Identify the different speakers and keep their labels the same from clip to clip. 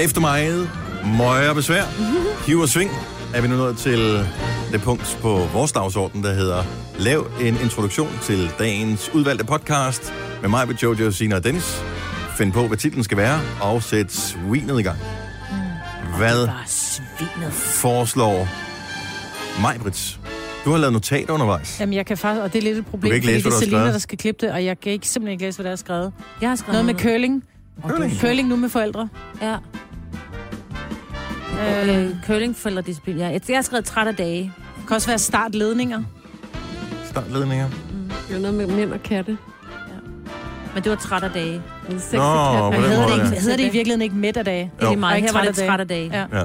Speaker 1: Efter meget møje og besvær,
Speaker 2: Mhm.
Speaker 1: hiv og sving, er vi nu nået til det punkt på vores dagsorden, der hedder Lav en introduktion til dagens udvalgte podcast med mig, med Jojo, Sina og Dennis. Find på, hvad titlen skal være, og sæt svinet i gang. Hvad
Speaker 2: Mm. Bare svinet.
Speaker 1: foreslår Majbrits? Du har lavet notater undervejs.
Speaker 3: Jamen, jeg kan faktisk, og det er lidt et problem,
Speaker 1: kan ikke læse,
Speaker 3: fordi
Speaker 1: hvad
Speaker 3: det
Speaker 1: der er
Speaker 3: er Selina,
Speaker 1: skrevet.
Speaker 3: der skal klippe det, og jeg kan ikke, simpelthen ikke læse, hvad der er skrevet.
Speaker 2: Jeg har skrevet
Speaker 3: Noget med curling.
Speaker 1: Curling.
Speaker 3: Curling nu med forældre.
Speaker 2: Ja.
Speaker 3: Øh,
Speaker 2: Øh, curlingforældredisciplin. Ja. Jeg jeg har skrevet træt af dage.
Speaker 3: kan også være startledninger.
Speaker 1: Startledninger.
Speaker 4: Det er noget med mænd og katte.
Speaker 2: Men det var træt af dage.
Speaker 4: En sexy
Speaker 1: Nå,
Speaker 4: kat.
Speaker 1: på
Speaker 4: Han
Speaker 1: den
Speaker 4: hedder
Speaker 1: måde,
Speaker 4: det
Speaker 1: ja.
Speaker 4: ikke-
Speaker 3: Hvad hedder det i virkeligheden ikke midt af dage?
Speaker 2: Det er
Speaker 1: Jo.
Speaker 2: mig.
Speaker 3: Og
Speaker 2: Her
Speaker 3: ikke
Speaker 2: var
Speaker 3: træt
Speaker 2: det
Speaker 3: af dage.
Speaker 2: træt af dage.
Speaker 3: Ja.
Speaker 1: Ja.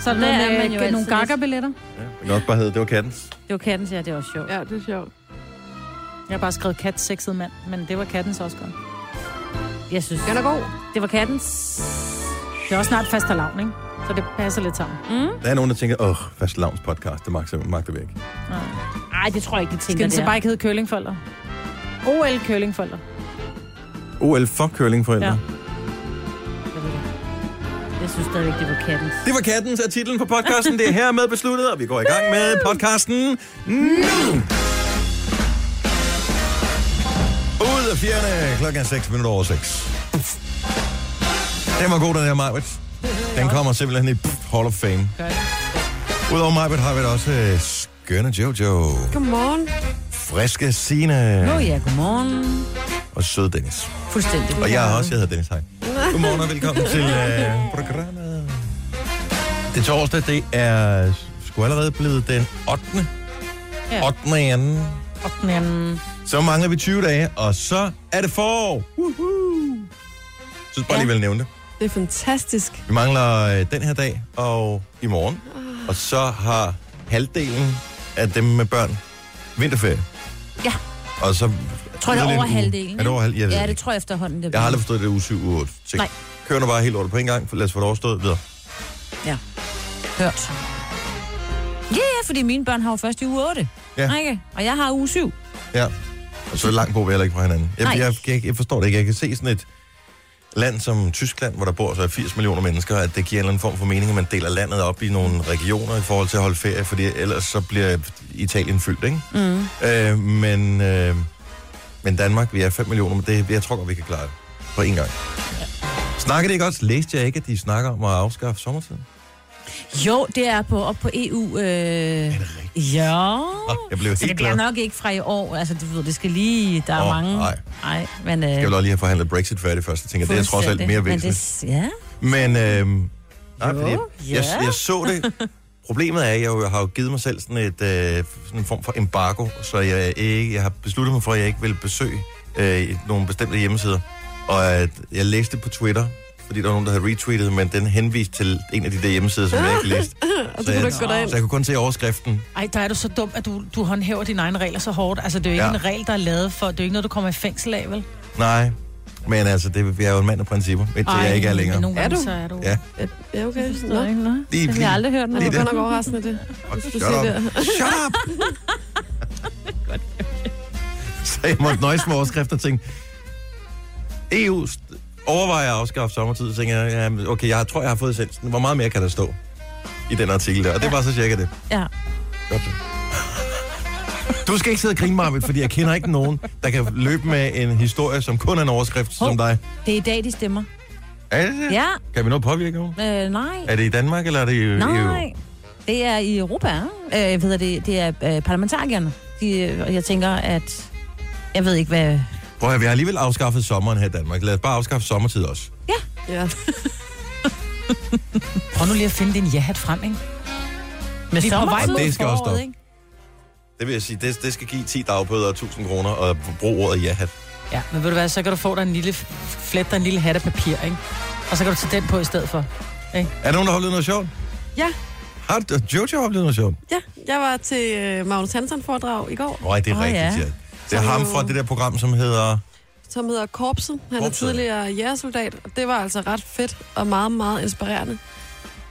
Speaker 3: Så er der
Speaker 2: Der
Speaker 3: noget
Speaker 2: er man jo
Speaker 3: med nogle
Speaker 2: altid lidt-
Speaker 3: gakkabilletter.
Speaker 1: Det kan også bare hedde, det var kattens.
Speaker 2: Det var katten, ja, det var også sjovt.
Speaker 4: Ja, det er sjovt.
Speaker 3: Jeg har bare skrevet kat sexet mand, men det var kattens også godt.
Speaker 2: Jeg synes,
Speaker 4: Den er god.
Speaker 2: det var kattens.
Speaker 3: Det er også snart fast lavn, ikke? Så det passer lidt sammen.
Speaker 2: Mm.
Speaker 1: Der er nogen, der tænker, åh, fast lavns podcast, det magter magter vi ikke.
Speaker 2: Nej, det tror jeg ikke, de
Speaker 3: Skal
Speaker 2: tænker
Speaker 3: den så
Speaker 2: der.
Speaker 3: bare ikke hedde curlingfolder? OL curlingfolder.
Speaker 1: OL for curlingforældre.
Speaker 3: Ja.
Speaker 1: Ja.
Speaker 2: Jeg ved det ikke. Jeg synes stadigvæk, det var kattens.
Speaker 1: Det var kattens af titlen på podcasten. Det er hermed besluttet, og vi går i gang med podcasten nu. Ud af fjerne, klokken er 6 minutter over 6. Den var god, den her Majbet. Den kommer simpelthen i pff, Hall of Fame. Udover Majbet har vi da også øh, skønne Jojo,
Speaker 4: Godmorgen.
Speaker 1: friske Sine
Speaker 2: Nå ja, godmorgen.
Speaker 1: og søde Dennis.
Speaker 2: Fuldstændig.
Speaker 1: Og jeg har også, jeg hedder Dennis Hej. Godmorgen og velkommen til øh, programmet. Det er torsdag, det er sgu allerede blevet den 8.
Speaker 3: Ja.
Speaker 1: 8. i anden.
Speaker 3: Og den anden.
Speaker 1: Så mangler vi 20 dage, og så er det forår. Woohoo! Så bare lige vel nævne det.
Speaker 4: Det er fantastisk.
Speaker 1: Vi mangler øh, den her dag og i morgen.
Speaker 2: Ah.
Speaker 1: Og så har halvdelen af dem med børn vinterferie.
Speaker 2: Ja.
Speaker 1: Og så...
Speaker 2: Jeg tror, det
Speaker 1: yderligere
Speaker 2: er over
Speaker 1: en uge.
Speaker 2: halvdelen.
Speaker 1: Er det over halvdelen?
Speaker 2: Ja, det tror jeg efterhånden. Det
Speaker 1: Jeg har aldrig forstået det uge 7 uge 8 ting.
Speaker 2: Nej.
Speaker 1: Kør nu bare helt lortet på en gang, for lad os få det overstået videre.
Speaker 2: hørt. Ja, ja, fordi mine børn har jo først i uge 8.
Speaker 1: Ja.
Speaker 2: Ikke? Og jeg har uge 7.
Speaker 1: Ja. Og så langt bor vi heller ikke fra hinanden. Jeg,
Speaker 2: Nej.
Speaker 1: jeg, jeg, jeg forstår det ikke. Jeg kan se sådan et land som Tyskland, hvor der bor så 80 millioner mennesker, at det giver en eller anden form for mening, at man deler landet op i nogle regioner i forhold til at holde ferie, fordi ellers så bliver Italien fyldt, ikke? Mm. Øh, men, øh, men Danmark, vi er 5 millioner, men det, jeg tror godt, vi kan klare det på én gang. Snakker det ikke også? Læste jeg ikke, at de snakker om at afskaffe sommertiden?
Speaker 2: Jo, det er på, op på EU. Øh... Er det rigtigt? Ja.
Speaker 1: Jeg blev
Speaker 2: Uh. Så det
Speaker 1: helt
Speaker 2: bliver
Speaker 1: glad.
Speaker 2: nok ikke fra i år. Altså, du ved, det skal lige... Der er
Speaker 1: Åh,
Speaker 2: mange...
Speaker 1: nej.
Speaker 2: Nej, men... Øh,
Speaker 1: Jeg vil også lige have forhandlet Brexit færdigt først. Jeg tænker, det er trods alt mere
Speaker 2: fuldstændig.
Speaker 1: væsentligt.
Speaker 2: Men det, ja.
Speaker 1: Men øhm, nej,
Speaker 2: Jo,
Speaker 1: fordi jeg,
Speaker 2: ja.
Speaker 1: jeg, jeg så det. Problemet er, at jeg jo har jo givet mig selv sådan, et, øh, sådan en form for embargo, så jeg, ikke, jeg har besluttet mig for, at jeg ikke vil besøge øh, nogle bestemte hjemmesider. Og at jeg læste det på Twitter, fordi der var nogen, der havde retweetet, men den henviste til en af de der hjemmesider, som jeg ikke læste.
Speaker 4: Og
Speaker 1: Så
Speaker 4: så kunne du
Speaker 1: jeg,
Speaker 4: ikke gå derind.
Speaker 1: så jeg kunne kun se overskriften.
Speaker 3: Ej, der er du så dum, at du, du håndhæver dine egne regler så hårdt. Altså, det er jo ikke
Speaker 1: Ja.
Speaker 3: ja. en regel, der er lavet for. Det er jo ikke noget, du kommer i fængsel af, vel?
Speaker 1: Nej, men altså, det, jeg er jo en mand af principper, indtil Ej, jeg ikke er længere.
Speaker 3: Men nogle gange,
Speaker 4: Er du?
Speaker 3: så er du.
Speaker 1: Ja.
Speaker 4: Ja, okay. Nå,
Speaker 3: Nå. Nå.
Speaker 1: Lige,
Speaker 2: Det har jeg aldrig hørt
Speaker 4: er
Speaker 2: noget.
Speaker 4: du
Speaker 1: det.
Speaker 4: godt nok overraskende det?
Speaker 1: Og
Speaker 4: Hvis du
Speaker 1: shut
Speaker 4: siger
Speaker 1: up.
Speaker 4: det.
Speaker 1: Shut up! Så jeg måtte nøjes med overskrifter og tænke, EU st- overvejer at afskaffe sommertid, så tænker jeg, jamen, okay, jeg tror, jeg har fået essensen. Hvor meget mere kan der stå i den artikel der? Og det var så cirka det.
Speaker 2: Ja.
Speaker 1: Godt. så. Du skal ikke sidde og grine, Marvind, fordi jeg kender ikke nogen, der kan løbe med en historie, som kun er en overskrift
Speaker 2: Hov.
Speaker 1: som dig.
Speaker 2: Det er i dag, de stemmer.
Speaker 1: Er det det?
Speaker 2: Ja,
Speaker 1: Kan vi nå at påvirke nogen?
Speaker 2: øh, nej.
Speaker 1: Er det i Danmark, eller er det i E EU?
Speaker 2: Nej, det er i Europa. ikke? Øh, ved det, det er øh, parlamentarikerne. De, øh, og jeg tænker, at... Jeg ved ikke, hvad...
Speaker 1: Prøv at høre, vi har alligevel afskaffet sommeren her i Danmark. Lad os bare afskaffe sommertid også.
Speaker 4: Ja.
Speaker 3: Prøv nu lige at finde din ja-hat frem, ikke?
Speaker 2: Men
Speaker 3: Vi er på vej
Speaker 1: Og
Speaker 3: mod
Speaker 1: det skal også
Speaker 3: foråret,
Speaker 1: stoppe.
Speaker 3: ikke?
Speaker 1: Det vil jeg sige, det, det skal give 10 dagbøder og 1000 kroner, og brug ordet ja hat.
Speaker 3: Ja, men ved du hvad, så kan du få dig en lille flet og en lille hat af papir, ikke? Og så kan du tage den på i stedet for.
Speaker 1: Er der nogen, der har oplevet noget sjovt?
Speaker 4: ja.
Speaker 1: Har du, Jojo oplevet noget sjovt?
Speaker 4: Ja, jeg var til øh, Magnus Hansen foredrag i går,
Speaker 1: Nej, det er
Speaker 2: Åh,
Speaker 1: oh, rigtigt,
Speaker 2: ja.
Speaker 1: ja. Det er ham fra det der program, som hedder...
Speaker 4: som hedder Korpset. Han er
Speaker 1: Korpset.
Speaker 4: tidligere jægersoldat, og det var altså ret fedt og meget, meget inspirerende.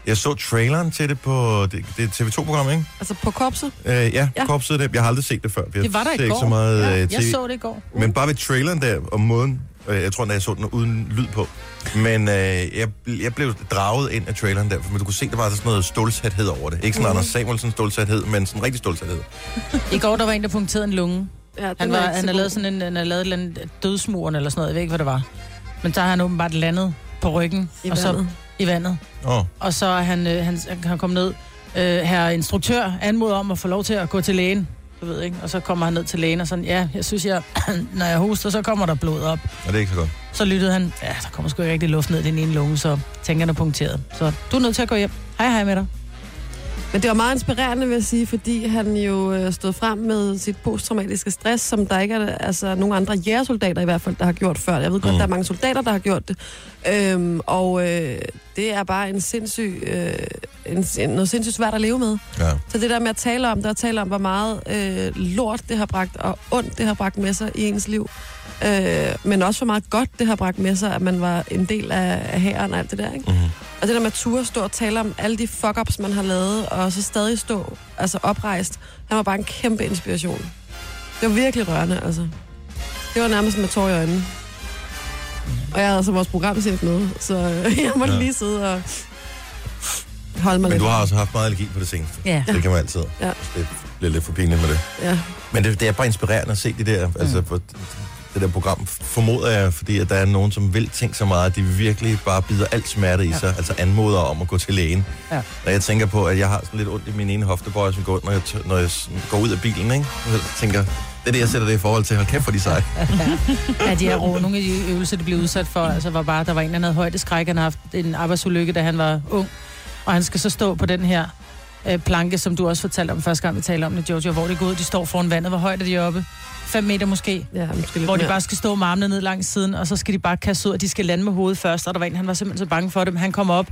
Speaker 1: Jeg så traileren til det på det, det TV2-program, ikke?
Speaker 4: Altså på Korpset.
Speaker 1: Øh, ja, ja,
Speaker 4: Ja.
Speaker 1: korpset det. Jeg har aldrig set det før. for Jeg
Speaker 3: Det var der
Speaker 1: ser
Speaker 3: i går.
Speaker 1: ikke så meget
Speaker 3: ja,
Speaker 1: øh,
Speaker 3: jeg
Speaker 1: TV.
Speaker 3: så det i går.
Speaker 1: Men bare ved traileren der, og måden, Øh, Jeg tror, da jeg så den uden lyd på. Men øh, jeg, jeg blev draget ind af traileren derfor, men du kunne se, der var sådan noget stålsathed over det. Ikke sådan mm.
Speaker 3: Mhm.
Speaker 1: Anders Samuelsen stålsathed, men sådan rigtig stålsathed.
Speaker 3: I går, der var en, der punkterede en lunge.
Speaker 4: Ja, den
Speaker 3: Han,
Speaker 4: er
Speaker 3: var,
Speaker 4: ikke så
Speaker 3: han har
Speaker 4: god.
Speaker 3: lavet sådan en, han har lavet et eller andet dødsmuren eller sådan noget. Jeg ved ikke, hvad det var. Men der har han åbenbart landet på ryggen.
Speaker 4: I
Speaker 3: og så,
Speaker 4: vandet.
Speaker 3: I vandet.
Speaker 1: Åh, oh,
Speaker 3: Og så er han, øh, han, han kan komme ned. Øh, her instruktør anmoder om at få lov til at gå til lægen. Du ved ikke. Og så kommer han ned til lægen og sådan, ja, jeg synes, jeg, når jeg hoster, så kommer der blod op.
Speaker 1: og det er ikke så godt.
Speaker 3: Så lyttede han, ja, der kommer sgu ikke rigtig luft ned i den ene lunge, så tænkerne er punkteret. Så du er nødt til at gå hjem. Hej, hej med dig.
Speaker 4: Men det var meget inspirerende, vil jeg sige, fordi han jo øh, stod frem med sit posttraumatiske stress, som der ikke er altså, nogen andre jægersoldater i hvert fald, der har gjort før. Jeg ved godt,
Speaker 1: Mm.
Speaker 4: mm. der er mange soldater, der har gjort det. Øhm, og øh, det er bare en sindssyg, øh, en, en, noget sindssygt svært at leve med.
Speaker 1: Ja.
Speaker 4: Så det der med at tale om det, og tale om, hvor meget øh, lort det har bragt, og ondt det har bragt med sig i ens liv, øh, men også hvor meget godt det har bragt med sig, at man var en del af, af hæren og alt det der, ikke?
Speaker 1: Mm.
Speaker 4: Og det der med at turde stå og tale om alle de fuck-ups, man har lavet, og så stadig stå altså oprejst, han var bare en kæmpe inspiration. Det var virkelig rørende, altså. Det var nærmest med tår i øjnene. Og jeg havde altså vores programchef med, så øh, jeg måtte
Speaker 1: Ja.
Speaker 4: ja. lige sidde og holde mig
Speaker 1: Men
Speaker 4: lidt.
Speaker 1: du har også haft meget allergi på det seneste.
Speaker 2: Ja.
Speaker 1: Det kan man altid.
Speaker 4: Ja.
Speaker 1: Det bliver lidt for pinligt med det.
Speaker 4: Ja.
Speaker 1: Men det, det er bare inspirerende at se det der, mm. altså, for- det der program, formoder jeg, fordi at der er nogen, som vil tænke så meget, at de virkelig bare bider alt smerte i
Speaker 3: Ja.
Speaker 1: ja. sig, altså anmoder om at gå til lægen.
Speaker 3: Ja.
Speaker 1: Og jeg tænker på, at jeg har sådan lidt ondt i min ene hoftebøj, som går ondt, når jeg, t- når jeg sådan går ud af bilen, ikke? Og jeg tænker, det er det, jeg sætter det i forhold til. Hold kæft for de seje.
Speaker 3: Ja, de her rå, nogle af de øvelser, de blev udsat for, altså var bare, der var en, der havde højdeskræk, han har haft en arbejdsulykke, da han var ung, og han skal så stå på den her øh, planke, som du også fortalte om første gang, vi talte om det, Jojo, hvor det går ud, de står foran vandet, hvor højt er de oppe? 5 meter måske,
Speaker 4: ja, måske lidt
Speaker 3: hvor de
Speaker 4: mere.
Speaker 3: bare skal stå med armene ned langs siden, og så skal de bare kaste ud, og de skal lande med hovedet først, og der var en, han var simpelthen så bange for det, men han kom op,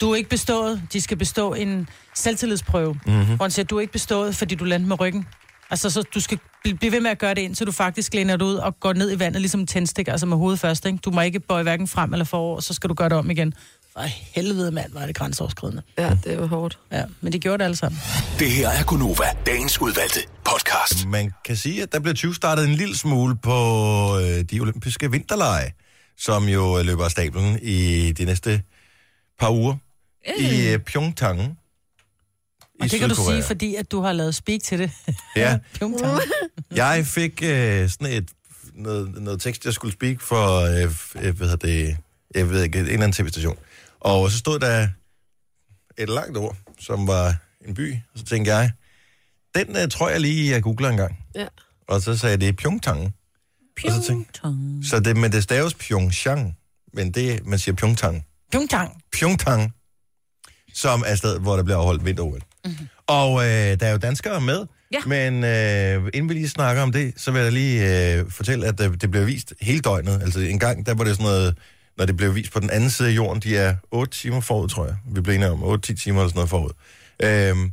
Speaker 3: du er ikke bestået, de skal bestå en selvtillidsprøve,
Speaker 1: Mm-hmm.
Speaker 3: hvor han siger, du er ikke bestået, fordi du landede med ryggen. Altså, så du skal bl- blive ved med at gøre det, indtil du faktisk læner dig ud og går ned i vandet, ligesom en tændstik, altså med hovedet først, ikke? Du må ikke bøje hverken frem eller forover, så skal du gøre det om igen. For helvede, mand, var det grænseoverskridende.
Speaker 4: Ja, det var hårdt.
Speaker 3: Ja, men det gjorde det alle sammen.
Speaker 5: Det her er Gunova, dagens udvalgte podcast.
Speaker 1: Man kan sige, at der blev 20 startet en lille smule på øh, de olympiske vinterlege, som jo øh, løber af stablen i de næste par uger i øh, Pyeongchang.
Speaker 3: Og det kan du sige, fordi at du har lavet speak til det.
Speaker 1: Ja,
Speaker 3: Pyeongchang.
Speaker 1: Jeg fik øh, sådan et, noget, noget tekst, jeg skulle speak for, øh, f- øh, hvad hedder det, jeg ved ikke, en eller anden tv-station. Og så stod der et langt ord, som var en by, og så tænkte jeg, den øh, tror jeg lige, jeg googler en gang.
Speaker 4: Ja.
Speaker 1: Og så sagde jeg, det er Pyeongchang. Og så tænkte,
Speaker 2: Pyeongchang.
Speaker 1: så det, men det staves Pyeongchang, men det, man siger Pyeongchang.
Speaker 3: Pyeongchang.
Speaker 1: Pyeongchang, som er stedet, hvor der bliver afholdt vinter mm-hmm. Og øh, der er jo danskere med,
Speaker 2: Ja.
Speaker 1: men øh, inden vi lige snakker om det, så vil jeg lige øh, fortælle, at øh, det bliver vist hele døgnet. Altså en gang, der var det sådan noget, når det blev vist på den anden side af jorden, de er 8 timer forud, tror jeg. Vi blev enige om 8-10 timer eller sådan noget forud. Øhm,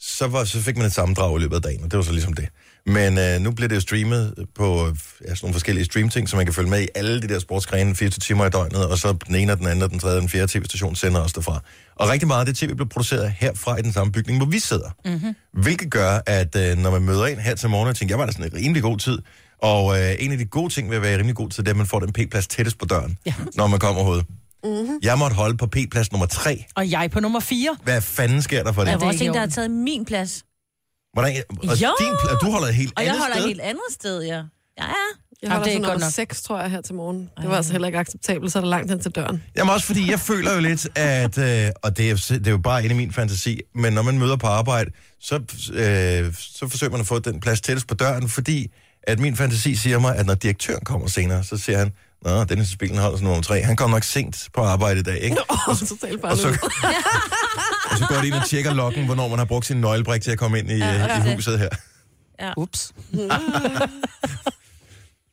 Speaker 1: så, var, så fik man et sammendrag i løbet af dagen, og det var så ligesom det. Men øh, nu bliver det jo streamet på øh, ja, sådan nogle forskellige streamting, så man kan følge med i alle de der sportsgrene 24 timer i døgnet, og så den ene og den anden og den tredje og den fjerde tv-station sender os derfra. Og rigtig meget af det tv blev produceret herfra i den samme bygning, hvor vi sidder. Mm-hmm. Hvilket gør, at øh, når man møder ind her til morgen, og tænker, jeg var der sådan en rimelig god tid, og øh, en af de gode ting ved at være i rimelig god tid, det er, at man får den p-plads tættest på døren, ja. når man kommer overhovedet. Mm-hmm. Jeg måtte holde på p-plads nummer 3.
Speaker 3: Og jeg på nummer 4.
Speaker 1: Hvad fanden sker der for det?
Speaker 2: Der var
Speaker 3: er
Speaker 2: også
Speaker 3: ikke
Speaker 2: en, der har
Speaker 3: i orden.
Speaker 2: taget min plads.
Speaker 1: Hvordan, og
Speaker 2: Jo!
Speaker 1: din, pl- og du holder et helt
Speaker 2: Og jeg
Speaker 1: andet
Speaker 2: holder
Speaker 1: sted.
Speaker 2: et helt andet sted, ja. Ja, ja.
Speaker 4: Jeg
Speaker 3: Jamen,
Speaker 4: holder
Speaker 3: det
Speaker 4: sådan
Speaker 3: er ikke godt
Speaker 4: nummer
Speaker 3: nok.
Speaker 4: 6, tror jeg, her til morgen. Det var altså heller ikke acceptabelt, så er der langt hen til døren.
Speaker 1: Jamen også fordi, jeg føler jo lidt, at... Øh, og det er, jo- det er jo bare inde i min fantasi, men når man møder på arbejde, så, øh, så forsøger man at få den plads tættest på døren, fordi at min fantasi siger mig, at når direktøren kommer senere, så siger han, Nå, Dennis i bilen holder sådan nummer tre. Han kommer nok sent på arbejde i dag, ikke?
Speaker 4: Åh, totalt bare
Speaker 1: Og så, og så går de ind og tjekker lokken, hvornår man har brugt sin nøglebrik til at komme ind i, øh, i huset her.
Speaker 3: Ups.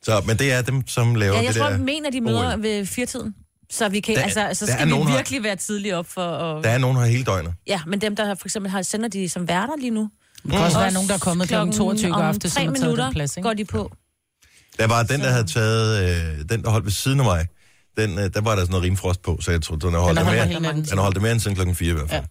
Speaker 1: Så, men det er dem, som laver
Speaker 2: ja
Speaker 1: det
Speaker 2: jeg tror,
Speaker 1: der.
Speaker 2: at mener, de møder ved firtiden. Så, vi kan,
Speaker 1: Der-
Speaker 2: altså, så
Speaker 1: der er
Speaker 2: skal vi
Speaker 1: nogen, der-
Speaker 2: virkelig være tidligt op for at...
Speaker 1: Der er nogen her hele døgnet.
Speaker 2: Ja, men dem, der for eksempel har, sender de som værter lige nu.
Speaker 3: Der kan også være
Speaker 2: Også
Speaker 3: nogen, der er kommet kl. 22 i
Speaker 2: om
Speaker 3: aften,
Speaker 2: tre
Speaker 3: som har taget
Speaker 2: minutter
Speaker 3: den plads, ikke?
Speaker 2: går de på.
Speaker 1: Der var den, der havde taget, øh, den der holdt ved siden af mig, den, øh, der var der sådan noget rimfrost på, så jeg tror, den har holdt,
Speaker 3: Den har
Speaker 1: den
Speaker 3: holdt
Speaker 1: mere,
Speaker 3: mig hele natten.
Speaker 1: den har holdt det mere end siden klokken 4 i hvert fald.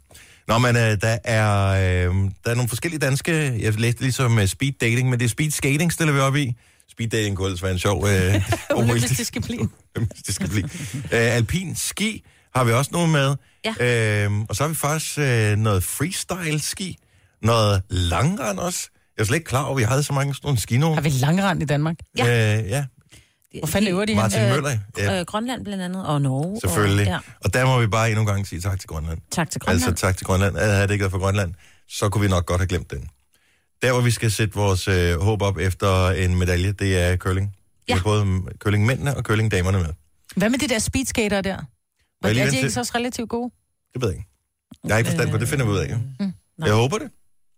Speaker 1: Ja. Nå, men øh, der, er, øh, der er nogle forskellige danske, jeg læste ligesom uh, speed dating, men det er speed skating, stiller vi op i, Speed dating kunne ellers være en sjov... Øh,
Speaker 3: Uhyggeligt, det skal blive.
Speaker 1: Uhyggeligt, det skal blive. Øh, alpin ski har vi også nogen med. Ja. Øhm, og så har vi faktisk øh, noget freestyle ski, noget langrand også. Jeg er slet ikke klar over, at vi havde så mange sådan nogle skinoer.
Speaker 3: Har vi langrand i Danmark?
Speaker 1: Ja. Øh, ja.
Speaker 3: Hvor fanden øver de
Speaker 1: Martin
Speaker 2: Øh,
Speaker 1: Møller, ja,
Speaker 2: Øh, Grønland blandt andet, og Norge.
Speaker 1: selvfølgelig.
Speaker 2: Og, ja.
Speaker 1: Og der må vi bare endnu en gang sige tak til Grønland.
Speaker 2: Tak til Grønland.
Speaker 1: Altså tak til Grønland. Havde havde det ikke været for Grønland, så kunne vi nok godt have glemt den. Der, hvor vi skal sætte vores øh, håb op efter en medalje, det er curling. Ja.
Speaker 2: Ja.
Speaker 1: Vi har både mm, curlingmændene og curlingdamerne med.
Speaker 3: Hvad med de der speedskater der?
Speaker 1: Var
Speaker 3: Er
Speaker 1: jeg lige
Speaker 3: de
Speaker 1: vent
Speaker 3: ikke
Speaker 1: til?
Speaker 3: så også relativt gode?
Speaker 1: Det ved jeg ikke. Jeg har ikke forstand på det, det finder vi ud af. Mm,
Speaker 2: nej.
Speaker 1: jeg håber det.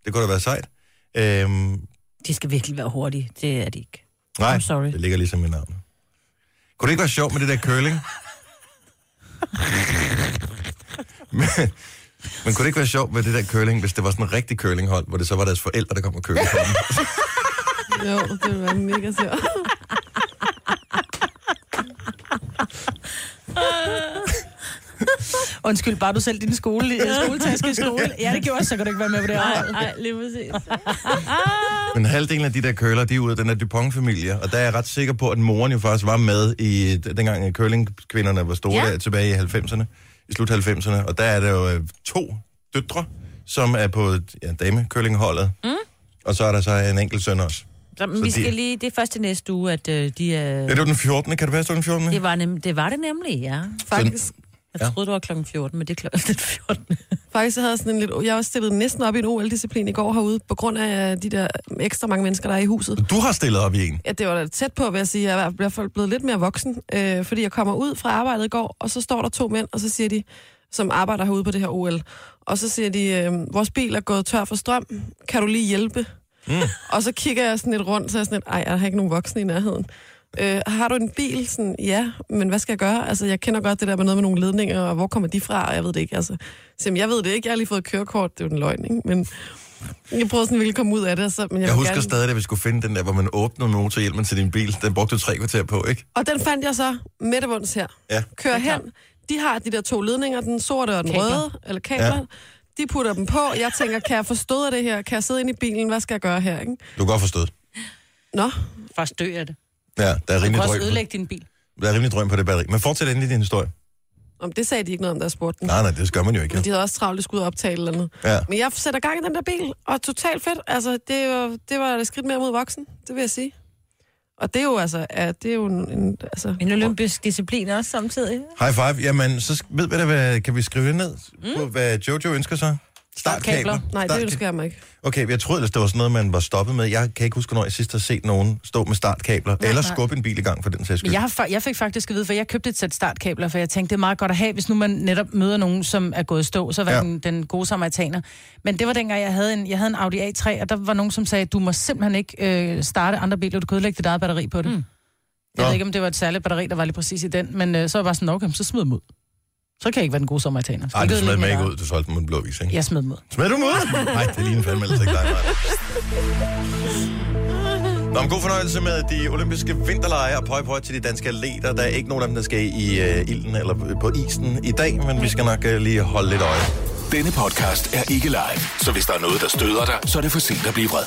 Speaker 1: Det kunne da være sejt. Øhm,
Speaker 2: De skal virkelig være hurtige. Det er de ikke.
Speaker 1: nej,
Speaker 2: I'm sorry.
Speaker 1: det ligger ligesom i navnet. Kunne det ikke være sjovt med det der curling? men, men kunne det ikke være sjovt med det der curling, hvis det var sådan en rigtig curlinghold, hvor det så var deres forældre, der kom og curlede for dem?
Speaker 4: Jo, det ville være mega sjovt.
Speaker 3: Undskyld, bare du selv din skole, øh, skoletaske i skole. Ja, det gjorde jeg, så kan du ikke være med på det her.
Speaker 2: nej, lige præcis.
Speaker 1: Men halvdelen af de der køler, de er ud af den her Dupont-familie, og der er jeg ret sikker på, at moren jo faktisk var med i øh, dengang øh, curlingkvinderne var store ja.
Speaker 2: Ja.
Speaker 1: der, tilbage i 90'erne, i slut 90'erne, og der er der jo øh, to døtre, som er på ja, damekølingholdet, mm. og så er der så en enkelt søn også.
Speaker 2: Så, men
Speaker 1: Så
Speaker 2: vi
Speaker 1: de-
Speaker 2: skal lige, det er først til næste uge, at øh, de er...
Speaker 1: Ja. Er det den 14. Kan det passe, det var den 14.
Speaker 2: Det var, nem, det var det nemlig, ja.
Speaker 4: Faktisk,
Speaker 2: Jeg
Speaker 1: Ja.
Speaker 2: ja. troede, det var klokken 14, men det er klokken 14.
Speaker 4: faktisk så havde jeg sådan en lidt... Jeg var stillet næsten op i en OL-disciplin i går herude, på grund af øh, de der ekstra mange mennesker, der er i huset.
Speaker 1: Du har stillet op i en.
Speaker 4: Ja, det var da tæt på, vil jeg sige. Jeg er i hvert fald blevet lidt mere voksen, øh, fordi jeg kommer ud fra arbejdet i går, og så står der to mænd, og så siger de, som arbejder herude på det her OL, og så siger de, øh, vores bil er gået tør for strøm, kan du lige hjælpe? Mm. Og så kigger jeg sådan lidt rundt, så er jeg sådan lidt, ej, jeg har ikke nogen voksne i nærheden. Øh, har du en bil? Sådan, ja, men hvad skal jeg gøre? Altså, jeg kender godt det der med noget med nogle ledninger, og hvor kommer de fra? Og jeg ved det ikke. Altså, simpelthen, jeg ved det ikke. Jeg har lige fået kørekort. Det er jo en løgn, ikke? Men jeg prøver sådan, at ville komme ud af det. Så, men jeg,
Speaker 1: Jeg
Speaker 4: vil
Speaker 1: husker
Speaker 4: gerne...
Speaker 1: stadig, at vi skulle finde den der, hvor man åbner motorhjelmen til din bil. Den brugte du tre kvarter på, ikke?
Speaker 4: Og den fandt jeg så midtebunds her.
Speaker 1: Ja.
Speaker 4: Kører hen. De har de der to ledninger, den sorte og den
Speaker 3: Kabler.
Speaker 4: røde, eller kabler.
Speaker 1: Ja.
Speaker 4: Ja. De putter dem på. Jeg tænker, kan jeg forstå det her? Kan jeg sidde inde i bilen? Hvad skal jeg gøre her? Ikke?
Speaker 1: Du kan godt forstå.
Speaker 4: Nå,
Speaker 3: Først dø af det.
Speaker 1: Ja, der er
Speaker 3: Du kan
Speaker 1: rimelig
Speaker 3: også
Speaker 1: drøm, på,
Speaker 3: ødelægge din bil.
Speaker 1: der er rimelig drøm på det batteri. Men fortsæt endelig din historie.
Speaker 4: om det sagde de ikke noget om, der spurgte den.
Speaker 1: Nej, nej, det gør man jo ikke.
Speaker 4: Mm. Men de havde også travlt, at skulle ud og optage et eller andet.
Speaker 1: Ja.
Speaker 4: Men jeg sætter gang i den der bil, og totalt fedt. Altså, det var, det var et skridt mere mod voksen, det vil jeg sige. Og det er jo altså, ja, det er jo en, en altså,
Speaker 2: En olympisk disciplin også samtidig.
Speaker 1: High five. Jamen, så sk- ved vi da, hvad, kan vi skrive det ned mm. på, hvad Jojo ønsker sig? Startkabler.
Speaker 3: Startkabler.
Speaker 4: nej, det
Speaker 1: Startka-
Speaker 4: ønsker jeg mig ikke.
Speaker 1: Okay, jeg troede ellers, det var sådan noget, man var stoppet med. Jeg kan ikke huske, når jeg sidst har set nogen stå med startkabler, nej, eller
Speaker 3: nej.
Speaker 1: skubbe en bil i gang for den sags skyld.
Speaker 3: Men jeg, har, fa- jeg fik faktisk at vide, for jeg købte et sæt startkabler, for jeg tænkte, det er meget godt at have, hvis nu man netop møder nogen, som er gået i stå, så var
Speaker 1: Ja.
Speaker 3: ja. den, den gode samaritaner. Men det var dengang, jeg havde en, jeg havde en Audi A3, og der var nogen, som sagde, du må simpelthen ikke øh, starte andre biler, du kan ødelægge dit eget batteri på det. Mm. Jeg
Speaker 1: Nå.
Speaker 3: ved ikke, om det var et særligt batteri, der var lige præcis i den, men øh, så var jeg bare sådan, okay, så smid dem ud. Så kan jeg ikke være den gode samaritaner. Skal
Speaker 1: Ej, du
Speaker 3: ikke
Speaker 1: smed
Speaker 3: ødelægge
Speaker 1: mig
Speaker 3: mit
Speaker 1: ikke
Speaker 3: eget.
Speaker 1: ud. Du solgte mig en blå vis, ikke?
Speaker 3: Jeg smed dem ud.
Speaker 1: Smed du mig ud? Nej, det ligner fandme ellers ikke dig, Maja. Nå, men god fornøjelse med de olympiske vinterlejre og pøj pøj til de danske atleter. Der er ikke nogen af dem, der skal i øh, ilden eller på isen i dag, men vi skal nok øh, lige holde lidt øje.
Speaker 5: Denne podcast er ikke live, så hvis der er noget, der støder dig, så er det for sent at blive vred.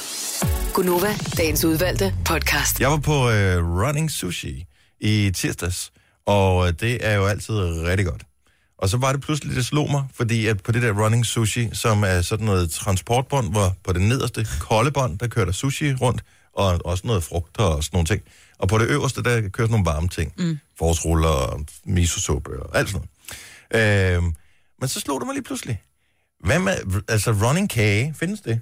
Speaker 6: Gunova, dagens udvalgte podcast.
Speaker 1: Jeg var på øh, Running Sushi i tirsdags, og øh, det er jo altid rigtig godt. Og så var det pludselig, det slog mig, fordi at på det der Running Sushi, som er sådan noget transportbånd, hvor på det nederste kolde bånd, der kører der sushi rundt, og også noget frugt og sådan nogle ting. Og på det øverste, der kører sådan nogle varme ting. Mm. Forårsruller og miso-suppe og alt sådan noget. Øh, men så slog det mig lige pludselig. Hvad med, altså running kage, findes det?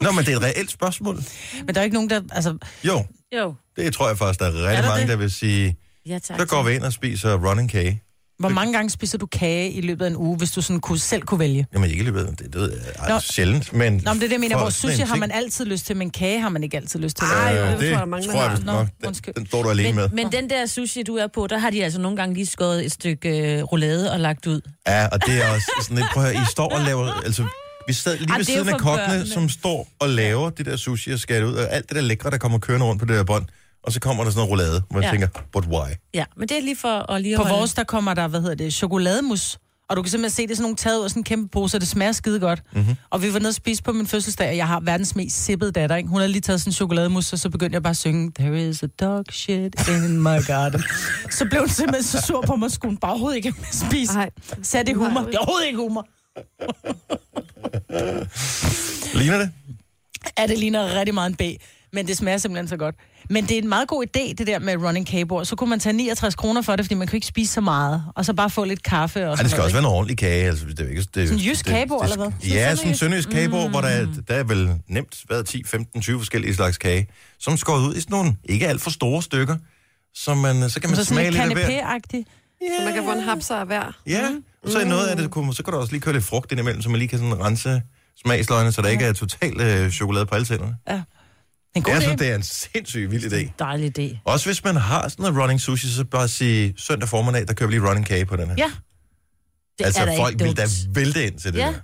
Speaker 1: Nå, men det er et reelt spørgsmål.
Speaker 3: Men der er ikke nogen, der... Altså,
Speaker 1: Jo,
Speaker 2: Jo.
Speaker 1: det tror jeg faktisk, der er rigtig
Speaker 2: Er der
Speaker 1: mange,
Speaker 2: det?
Speaker 1: der vil sige,
Speaker 2: Ja, tak.
Speaker 1: så går vi ind og spiser running kage.
Speaker 3: hvor mange gange spiser du kage i løbet af en uge, hvis du sådan kunne, selv kunne vælge?
Speaker 1: Jamen ikke lige ved, det, det ved jeg ej,
Speaker 3: Nå.
Speaker 1: sjældent, men...
Speaker 3: Nå, men det er det, jeg mener.
Speaker 1: for
Speaker 3: Hvor
Speaker 1: sådan
Speaker 3: sushi
Speaker 1: en
Speaker 3: har
Speaker 1: ting-
Speaker 3: man altid lyst til, men kage har man ikke altid lyst til.
Speaker 4: Ej,
Speaker 1: Øh,
Speaker 4: jo,
Speaker 1: det
Speaker 4: tror jeg, mange, der
Speaker 1: tror jeg,
Speaker 4: har.
Speaker 1: vist
Speaker 3: Nå,
Speaker 1: nok, den,
Speaker 3: undskyld.
Speaker 1: den står du alene med.
Speaker 2: Men, men den der sushi, du er på, der har de altså nogle gange lige skåret et stykke øh, roulade og lagt ud.
Speaker 1: Ja, og det er også sådan lidt, prøv at høre, I står og laver... Altså, vi sad lige
Speaker 2: Ej,
Speaker 1: ved
Speaker 2: det er jo
Speaker 1: siden af
Speaker 2: for
Speaker 1: kokkene,
Speaker 2: børnene.
Speaker 1: som står og laver det der sushi og skærer det ud, og alt det der lækre, der kommer kørende rundt på det der bånd, og så kommer der sådan noget roulade, hvor man
Speaker 2: Ja.
Speaker 1: tænker, but why?
Speaker 2: Ja, men det er lige for at lige
Speaker 3: På
Speaker 2: holde-
Speaker 3: vores, der kommer der, hvad hedder det, chokolademus. Og du kan simpelthen se, det er sådan nogle taget ud af sådan en kæmpe pose, og det smager skide godt. Mm-hmm.
Speaker 1: Mhm.
Speaker 3: Og vi var nede og spise på min fødselsdag, og jeg har verdens mest sippede datter, ikke? Hun havde lige taget sådan en chokolademus, og så begyndte jeg bare at synge, There is a dog shit in my garden. så blev hun simpelthen så sur på mig, at skulle hun bare overhovedet ikke have med at spise.
Speaker 4: Nej.
Speaker 3: Sagde det humor?
Speaker 4: Nej.
Speaker 3: Det er overhovedet ikke humor.
Speaker 1: Ligner det?
Speaker 3: Ja, det ligner rigtig meget en B, men det smager simpelthen så godt. Men det er en meget god idé, det der med running kageboard. Så kunne man tage 69 kroner for det, fordi man kan ikke spise så meget. Og så bare få lidt kaffe og
Speaker 1: Ej,
Speaker 3: sådan
Speaker 1: det skal
Speaker 3: noget,
Speaker 1: også være en ordentlig kage. Altså, det er jo ikke, det,
Speaker 3: Sådan en jysk
Speaker 1: det-
Speaker 3: kagebord,
Speaker 1: det-
Speaker 3: eller hvad? Sådan
Speaker 1: Ja,
Speaker 3: en Mm.
Speaker 1: sådan en sønderjysk kagebord, hvor der, er- der er vel nemt været 10, 15, 20 forskellige slags kage, som skåret ud i sådan nogle ikke alt for store stykker, som man, øh, så kan
Speaker 3: ikke?
Speaker 1: man
Speaker 3: Så
Speaker 1: så smage
Speaker 3: sådan
Speaker 1: lidt af
Speaker 3: lidt
Speaker 1: hver.
Speaker 3: kanapé-agtigt.
Speaker 4: Så man kan få en hapser af hver.
Speaker 1: Ja,
Speaker 3: Mm.
Speaker 1: og så er noget af det, kunne, så kan du også lige køre lidt frugt ind imellem, så man lige kan sådan rense smagsløgene, så der ikke er total øh, chokolade på alle tænderne.
Speaker 3: En god
Speaker 1: Jeg synes,
Speaker 3: idé.
Speaker 1: det er en sindssygt vild idé.
Speaker 2: Dejlig idé.
Speaker 1: Også hvis man har sådan noget running sushi, så bare sige, søndag formiddag, der køber vi lige running kage på den her.
Speaker 2: Ja. Det
Speaker 1: altså,
Speaker 2: er da ikke
Speaker 1: folk vil
Speaker 2: dumt.
Speaker 1: da vælte ind til det
Speaker 2: Ja.
Speaker 1: der.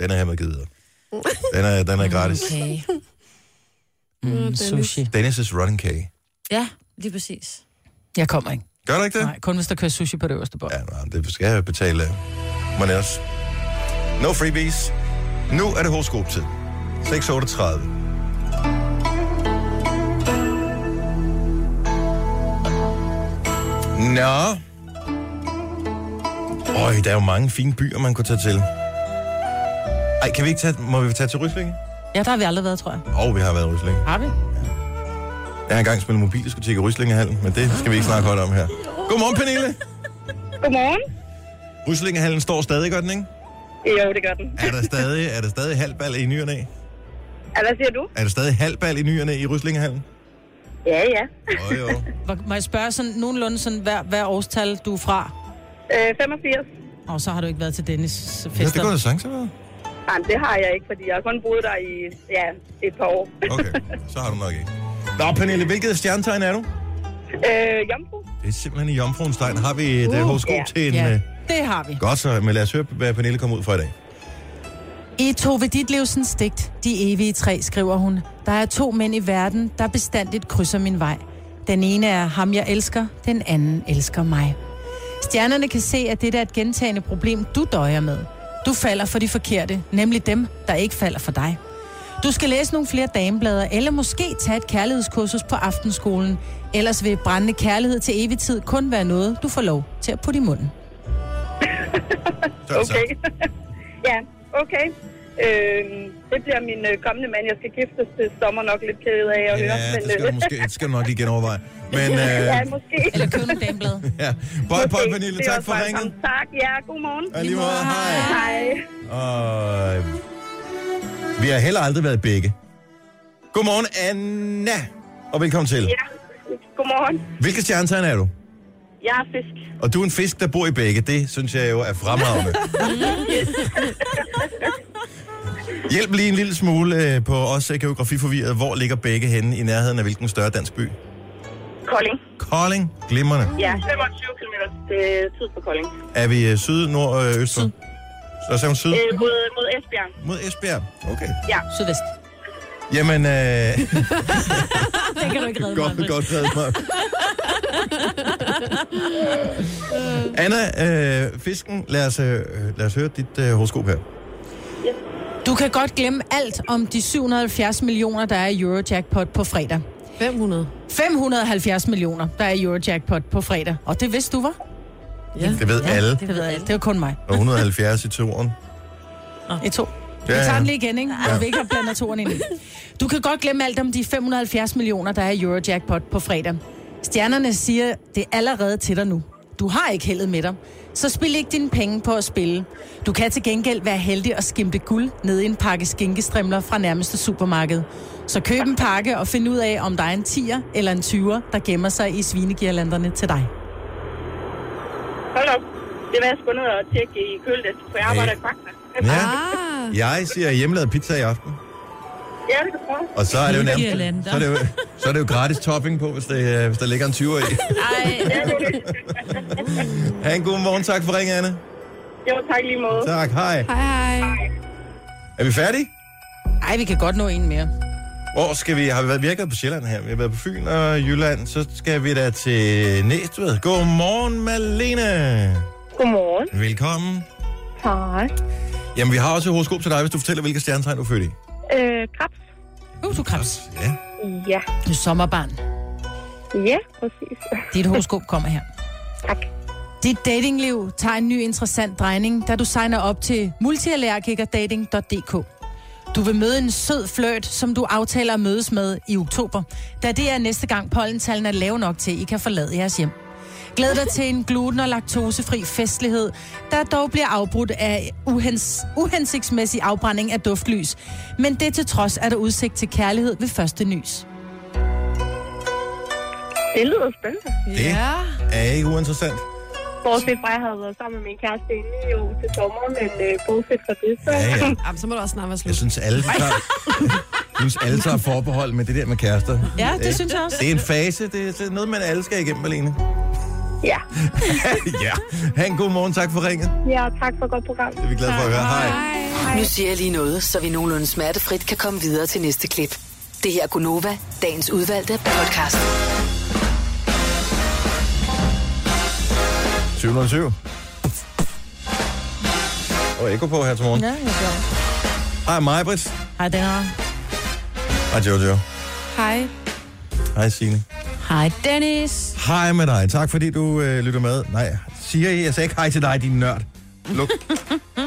Speaker 1: Den er her med gider. Den er, den er gratis. Okay.
Speaker 2: Okay.
Speaker 3: Mm, sushi.
Speaker 1: Dennis' running cake.
Speaker 2: Ja, lige præcis.
Speaker 3: Jeg kommer ikke.
Speaker 1: Gør du ikke det?
Speaker 3: Nej, kun hvis der kører sushi på det øverste bånd.
Speaker 1: Ja, nej, det skal jeg betale. Men ellers. No freebies. Nu er det horoskop-tid. 6.38. Nå. Øj, der er jo mange fine byer, man kunne tage til. Ej, kan vi ikke tage, må vi tage til Ryslinge?
Speaker 3: Ja, der har vi aldrig været, tror jeg.
Speaker 1: Åh, oh, vi har været i Ryslinge.
Speaker 3: Har vi?
Speaker 1: Jeg har engang spillet mobildiskotek i Ryslingehallen, men det skal vi ikke snakke højt om her. Godmorgen, Pernille.
Speaker 7: Godmorgen.
Speaker 1: Ryslingehallen står stadig, gør den, ikke?
Speaker 7: Jo, det gør den.
Speaker 1: Er der stadig, er der stadig halvbal i ny og næ?
Speaker 7: Ja, hvad siger du?
Speaker 1: Er der stadig halvbal i ny og næ i Ryslingehallen?
Speaker 7: Ja, ja.
Speaker 1: Åh, jo.
Speaker 3: Hvor- Må jeg spørge sådan nogenlunde sådan, hver, hver årstal du er fra?
Speaker 7: Øh, 85.
Speaker 3: Og så har du ikke været til Dennis
Speaker 1: Ja, det
Speaker 3: fester.
Speaker 1: går da sang til noget.
Speaker 7: Nej, men det har jeg ikke, fordi jeg har kun boet der i ja, et par år.
Speaker 1: Okay, så har du nok ikke. Nå, Pernille, hvilket stjernetegn er du?
Speaker 7: øh, jomfru? Uh,
Speaker 1: Det er simpelthen i Jomfruens tegn. Har vi det horoskop
Speaker 7: ja.
Speaker 1: til en... øh,
Speaker 3: ja,
Speaker 1: Ja.
Speaker 3: det har vi.
Speaker 1: Godt, så men lad os høre, hvad Pernille kommer ud for i dag.
Speaker 3: I Tove Ditlevsens digt, De evige tre, skriver hun, der er to mænd i verden, der bestandigt krydser min vej. Den ene er ham, jeg elsker, den anden elsker mig. Stjernerne kan se, at dette er et gentagende problem, du døjer med. Du falder for de forkerte, nemlig dem, der ikke falder for dig. Du skal læse nogle flere dameblader, eller måske tage et kærlighedskursus på aftenskolen. Ellers vil brændende kærlighed til evig tid kun være noget, du får lov til at putte i munden.
Speaker 1: Så er altså- det
Speaker 7: Okay.
Speaker 1: sagt.
Speaker 7: ja, okay. Øh, det bliver min øh, kommende mand, jeg skal giftes til sommer nok lidt ked af at høre.
Speaker 1: Ja, det skal du
Speaker 7: øh,
Speaker 1: måske det skal du nok lige genoverveje. Men øh,
Speaker 7: ja, måske.
Speaker 3: Eller køb nogle dameblade.
Speaker 1: ja, bøj, bøj,
Speaker 7: Måske.
Speaker 1: Pernille,
Speaker 7: Det er
Speaker 1: tak
Speaker 7: også
Speaker 1: for
Speaker 7: bare
Speaker 1: ringet.
Speaker 7: sammen. Tak, ja, godmorgen.
Speaker 1: Og lige måde, hej.
Speaker 7: Hej.
Speaker 1: Og vi har heller aldrig været begge. Godmorgen, Anna. Og velkommen til.
Speaker 7: Ja, godmorgen.
Speaker 1: Hvilke stjernetegn er du?
Speaker 7: Jeg er fisk.
Speaker 1: Og du er en fisk, der bor i begge. Det synes jeg jo er fremragende. Hjælp lige en lille smule øh, på os øh, geografiforvirret. Hvor ligger begge henne i nærheden af hvilken større dansk by?
Speaker 7: Kolding.
Speaker 1: Kolding. Glimrende.
Speaker 7: Ja, 25 km tid fra øh, Kolding.
Speaker 1: Er vi øh, syd, nord og øh, øst? Syd. Så sagde hun syd
Speaker 7: Øh, mod, mod Esbjerg.
Speaker 1: mod Esbjerg. Okay.
Speaker 3: Sydvest.
Speaker 1: Jamen, øh,
Speaker 2: Det kan du ikke redde mig.
Speaker 1: godt, godt reddet mig. Anna, øh, fisken, lad os, øh, lad os høre dit øh, horoskop her.
Speaker 3: Du kan godt glemme alt om de 770 millioner, der er i Eurojackpot på fredag.
Speaker 4: 500.
Speaker 3: 570 millioner, der er i Eurojackpot på fredag. Og det vidste du, var?
Speaker 1: Det ved ja, alle.
Speaker 3: Det ved jeg ikke. Det var kun mig.
Speaker 1: Og 170 i toeren.
Speaker 3: I to.
Speaker 1: Ja,
Speaker 3: Vi tager
Speaker 1: ja.
Speaker 3: den lige igen, ikke? Ja. Vi ikke har blandet toren ind. i. Du kan godt glemme alt om de 570 millioner, der er i Eurojackpot på fredag. Stjernerne siger, det er allerede til dig nu. Du har ikke heldet med dig. Så spil ikke dine penge på at spille. Du kan til gengæld være heldig og skimte guld ned i en pakke skinkestrimler fra nærmeste supermarked. Så køb en pakke og find ud af, om der er en 10'er eller en 20'er, der gemmer sig i svinegirlanderne til dig.
Speaker 7: Hold op. Det var jeg sgu ned og tjekke i køledæsken, for jeg arbejder i Fakta.
Speaker 1: Ja.
Speaker 4: Ah,
Speaker 1: Jeg siger hjemmelavet pizza i aften.
Speaker 7: Ja, det kan du prøve.
Speaker 1: Og så er det jo nemt.
Speaker 2: Irlander.
Speaker 1: Så er det jo, så er det jo gratis topping på, hvis, det, øh, hvis der ligger en 20 i.
Speaker 2: Ej,
Speaker 1: Ha' en god morgen. Tak for ringen, Anna.
Speaker 7: Jo, tak lige måde.
Speaker 1: Tak. Hej.
Speaker 4: hej hej.
Speaker 1: Er vi færdige?
Speaker 3: Ej, vi kan godt nå en mere.
Speaker 1: Hvor skal vi? Har vi været virket på Sjælland her? Vi har været på Fyn og Jylland. Så skal vi da til Næstved. Godmorgen, Malene.
Speaker 7: Godmorgen.
Speaker 1: Velkommen.
Speaker 7: Tak.
Speaker 1: Jamen, vi har også et horoskop til dig, hvis du fortæller, hvilket stjernetegn du er født i.
Speaker 7: Øh, krebs.
Speaker 3: Uh, du er krebs.
Speaker 1: Ja.
Speaker 7: Ja.
Speaker 3: Du er sommerbarn.
Speaker 7: Ja, præcis.
Speaker 3: Dit horoskop kommer her.
Speaker 7: Tak.
Speaker 3: Dit datingliv tager en ny interessant drejning, da du signer op til multiallergikerdating.dk. Du vil møde en sød fløjt, som du aftaler at mødes med i oktober, da det er næste gang pollentallene er lave nok til, I kan forlade jeres hjem. Glæd dig til en gluten- og laktosefri festlighed, der dog bliver afbrudt af uhens, uhensigtsmæssig afbrænding af duftlys. Men det til trods er der udsigt til kærlighed ved første nys.
Speaker 7: Det lyder spændende.
Speaker 1: Det er ikke uinteressant.
Speaker 7: Bortset fra, at jeg havde været sammen med min kæreste inde i jo til sommer, men øh, bortset fra det, så...
Speaker 1: Ja, ja.
Speaker 4: Jamen, så må det også snart være
Speaker 1: Jeg
Speaker 4: slut.
Speaker 1: synes, alle tager, jeg synes, alle tager forbehold med det der med kærester.
Speaker 3: Ja,
Speaker 1: Ikke?
Speaker 3: det synes jeg også.
Speaker 1: Det er en fase. Det er- det er noget, man alle skal igennem, Malene.
Speaker 7: ja.
Speaker 1: ja. Ha' en god morgen. Tak for ringet.
Speaker 7: ja, tak for godt program.
Speaker 1: Det er vi glade for at høre. Hej.
Speaker 6: Nu siger jeg lige noget, så vi nogenlunde smertefrit kan komme videre til næste klip. Det her er Gunova, dagens udvalgte podcast.
Speaker 1: 707. Og ekko på her til morgen.
Speaker 3: Ja, jeg gør det.
Speaker 1: Hej, Majbrit.
Speaker 3: Hej, Daniel.
Speaker 1: Hej, Jojo.
Speaker 4: Hej.
Speaker 1: Hej, Signe.
Speaker 2: Hej, Dennis.
Speaker 1: Hej med dig. Tak, fordi du øh, lytter med. Nej, siger I, jeg sagde ikke hej til dig, din nørd. Luk.
Speaker 2: Mm.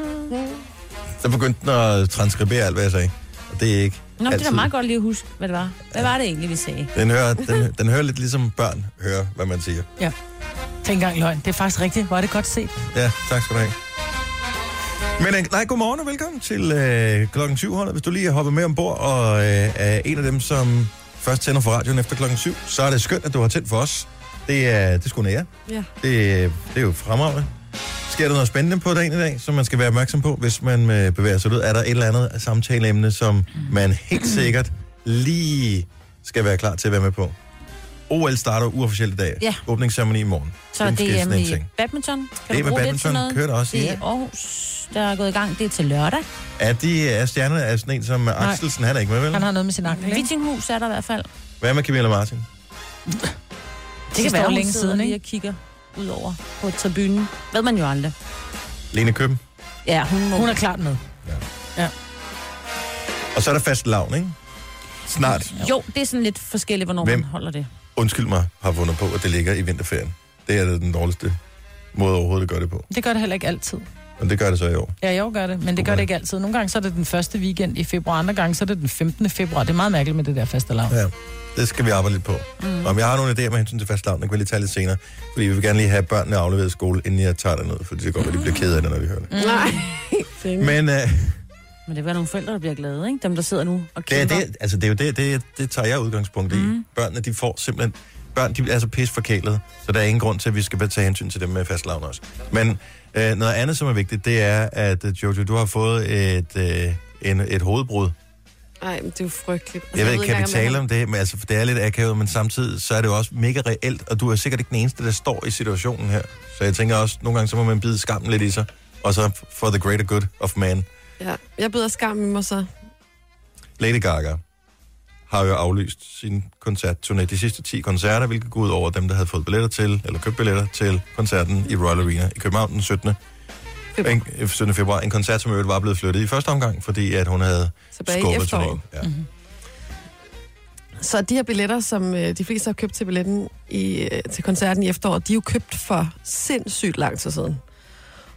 Speaker 1: Så begyndte den at transkribere alt, hvad jeg sagde. Og det er ikke
Speaker 2: Nå, det
Speaker 1: altid.
Speaker 2: var meget godt lige at huske, hvad det var. Hvad var det egentlig, vi sagde?
Speaker 1: Den hører, den, den hører lidt ligesom børn hører, hvad man siger.
Speaker 3: Ja. Tænk engang løgn. Det er faktisk rigtigt. Hvor er det godt set.
Speaker 1: Ja, tak skal du have. Men øh, nej, godmorgen og velkommen til øh, klokken 7 holdet. Hvis du lige er hoppet med ombord og øh, er en af dem, som først tænder for radioen efter klokken 7, så er det skønt, at du har tændt for os. Det er, det er sgu en ære.
Speaker 4: Ja.
Speaker 1: Det, øh, det er jo fremragende. Sker der noget spændende på dagen i dag, som man skal være opmærksom på, hvis man øh, bevæger sig ud? Er der et eller andet samtaleemne, som man helt sikkert lige skal være klar til at være med på? OL starter uofficielt i dag.
Speaker 2: Ja.
Speaker 1: Åbningsceremoni i morgen.
Speaker 2: Så er
Speaker 1: måske
Speaker 2: det
Speaker 1: sådan en
Speaker 2: hjemme i
Speaker 1: ting.
Speaker 2: badminton. Kan
Speaker 1: Det er
Speaker 2: du
Speaker 1: med
Speaker 2: bruge
Speaker 1: badminton.
Speaker 2: til noget?
Speaker 1: Kører der også,
Speaker 2: Det
Speaker 1: ja.
Speaker 2: er Aarhus, der er gået i gang. Det er til lørdag.
Speaker 1: Er de er stjernerne er sådan en som
Speaker 3: Nej.
Speaker 1: Axelsen? Han er ikke med, vel?
Speaker 3: Han har noget med sin ankel, ikke?
Speaker 2: Vittinghus er der i hvert fald.
Speaker 1: Hvad med Camilla Martin?
Speaker 2: Det kan være, hun
Speaker 3: længe siden,
Speaker 2: ikke? og
Speaker 3: ikke?
Speaker 2: kigger ud over på tribunen. Ved man jo aldrig.
Speaker 1: Lene Køben?
Speaker 2: Ja, hun må.
Speaker 3: Hun er klart med.
Speaker 1: Og så er der fast lavn, ikke? Snart.
Speaker 2: Jo, det er sådan lidt forskelligt, hvornår
Speaker 1: Hvem? Mm.
Speaker 2: man holder det.
Speaker 1: Undskyld mig, har fundet på, at det ligger i vinterferien. Det er da den dårligste måde overhovedet at gøre det på.
Speaker 3: Det gør det heller ikke altid.
Speaker 1: Men det gør det så i år.
Speaker 3: Ja, jeg gør det, men det gør det ikke altid. Nogle gange så er det den første weekend i februar, andre gange så er det den 15. februar. Det er meget mærkeligt med det der faste lav.
Speaker 1: Ja, det skal vi arbejde lidt på. Mm. Om jeg har nogle idéer med hensyn til fast lavn, det kan vi lige tage lidt senere. Fordi vi vil gerne lige have børnene afleveret i skole, inden jeg tager derned. Fordi det går, at de bliver ked af det, når de hører det.
Speaker 4: Nej.
Speaker 1: Men øh,
Speaker 2: Men det er være nogle forældre, der bliver glade, ikke? Dem, der sidder nu og
Speaker 1: det, er
Speaker 2: kigger.
Speaker 1: det, altså, det er jo det, det, det tager jeg udgangspunkt i. Mm. Børnene, de får simpelthen... Børn, de er så pis forkælet, så der er ingen grund til, at vi skal tage hensyn til dem med fast lavn også. Men øh, noget andet, som er vigtigt, det er, at øh, Jojo, du har fået et, øh, en, et hovedbrud.
Speaker 4: Nej, men det er jo frygteligt. Altså,
Speaker 1: Jeg ved ikke, kan vi
Speaker 4: engang,
Speaker 1: tale
Speaker 4: man-
Speaker 1: om det, men altså, for det er lidt akavet, men samtidig så er det jo også mega reelt, og du er sikkert ikke den eneste, der står i situationen her. Så jeg tænker også, nogle gange så må man bide skammen lidt i sig, og så for the greater good of man.
Speaker 4: Ja. Jeg bider skam i mig så.
Speaker 1: Lady Gaga har jo aflyst sin koncertturné, de sidste 10 koncerter, hvilket går ud over dem, der havde fået billetter til, eller købt billetter til koncerten i Royal Arena i København den 17.
Speaker 4: Februar.
Speaker 1: En, øh, 17. februar. En koncert, som i øvrigt var blevet flyttet i første omgang, fordi at hun havde
Speaker 4: Tilbage i
Speaker 1: skubbet
Speaker 4: efteråret. Mhm.
Speaker 1: turnéen. Ja. Mm-hmm.
Speaker 4: Så de her billetter, som øh, de fleste har købt til billetten i, øh, til koncerten i efteråret, de er jo købt for sindssygt lang tid siden.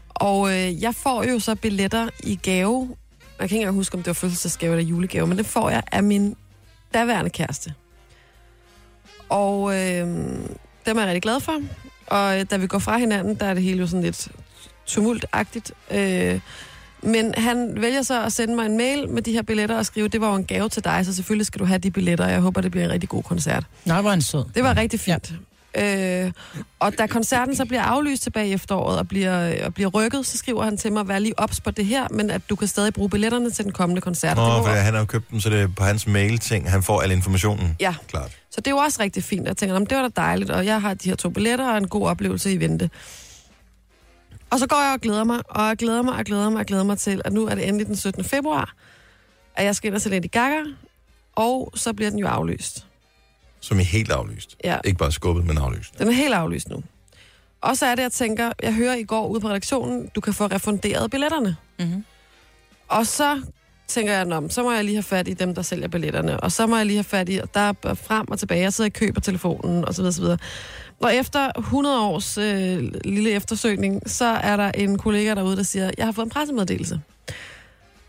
Speaker 4: Og øh, jeg får jo så billetter i gave. Jeg kan ikke engang huske, om det var fødselsdagsgave eller julegave, men det får jeg af min daværende kæreste. Og øh, dem er jeg rigtig glad for. Og øh, da vi går fra hinanden, der er det hele jo sådan lidt tumultagtigt. Øh, men han vælger så at sende mig en mail med de her billetter og skrive, det var jo en gave til dig, så selvfølgelig skal du have de billetter, og jeg håber, det bliver en rigtig god koncert.
Speaker 3: Nej, hvor er han sød.
Speaker 4: Det var rigtig fint. Ja. Øh, og da koncerten så bliver aflyst tilbage i efteråret og bliver, og bliver rykket, så skriver han til mig, vær lige ops på det her, men at du kan stadig bruge billetterne til den kommende koncert. det
Speaker 1: Nå,
Speaker 4: var,
Speaker 1: for han har jo købt dem, så det er på hans mail-ting, han får al informationen.
Speaker 4: ja.
Speaker 1: Mm, Klart.
Speaker 4: Så det er jo også rigtig fint. Jeg tænker, "Nå, men det var da dejligt, og jeg har de her to billetter og en god oplevelse i vente. Og så går jeg og glæder mig, og jeg glæder mig, og glæder mig, og glæder mig til, at nu er det endelig den 17. februar, at jeg skal ind og se Lady Gaga, og så bliver den jo aflyst.
Speaker 1: Som er helt aflyst.
Speaker 4: Ja.
Speaker 1: Ikke bare skubbet, men aflyst.
Speaker 4: Den er helt aflyst nu. Og så er det, jeg tænker, jeg hører i går ude på redaktionen, du kan få refunderet billetterne.
Speaker 3: Mhm.
Speaker 4: Og så tænker jeg, "Nå, men så må jeg lige have fat i dem, der sælger billetterne, og så må jeg lige have fat i, og der er frem og tilbage, jeg sidder i kø på telefonen, osv. osv. Og efter 100 års øh, lille eftersøgning, så er der en kollega derude, der siger, jeg har fået en pressemeddelelse.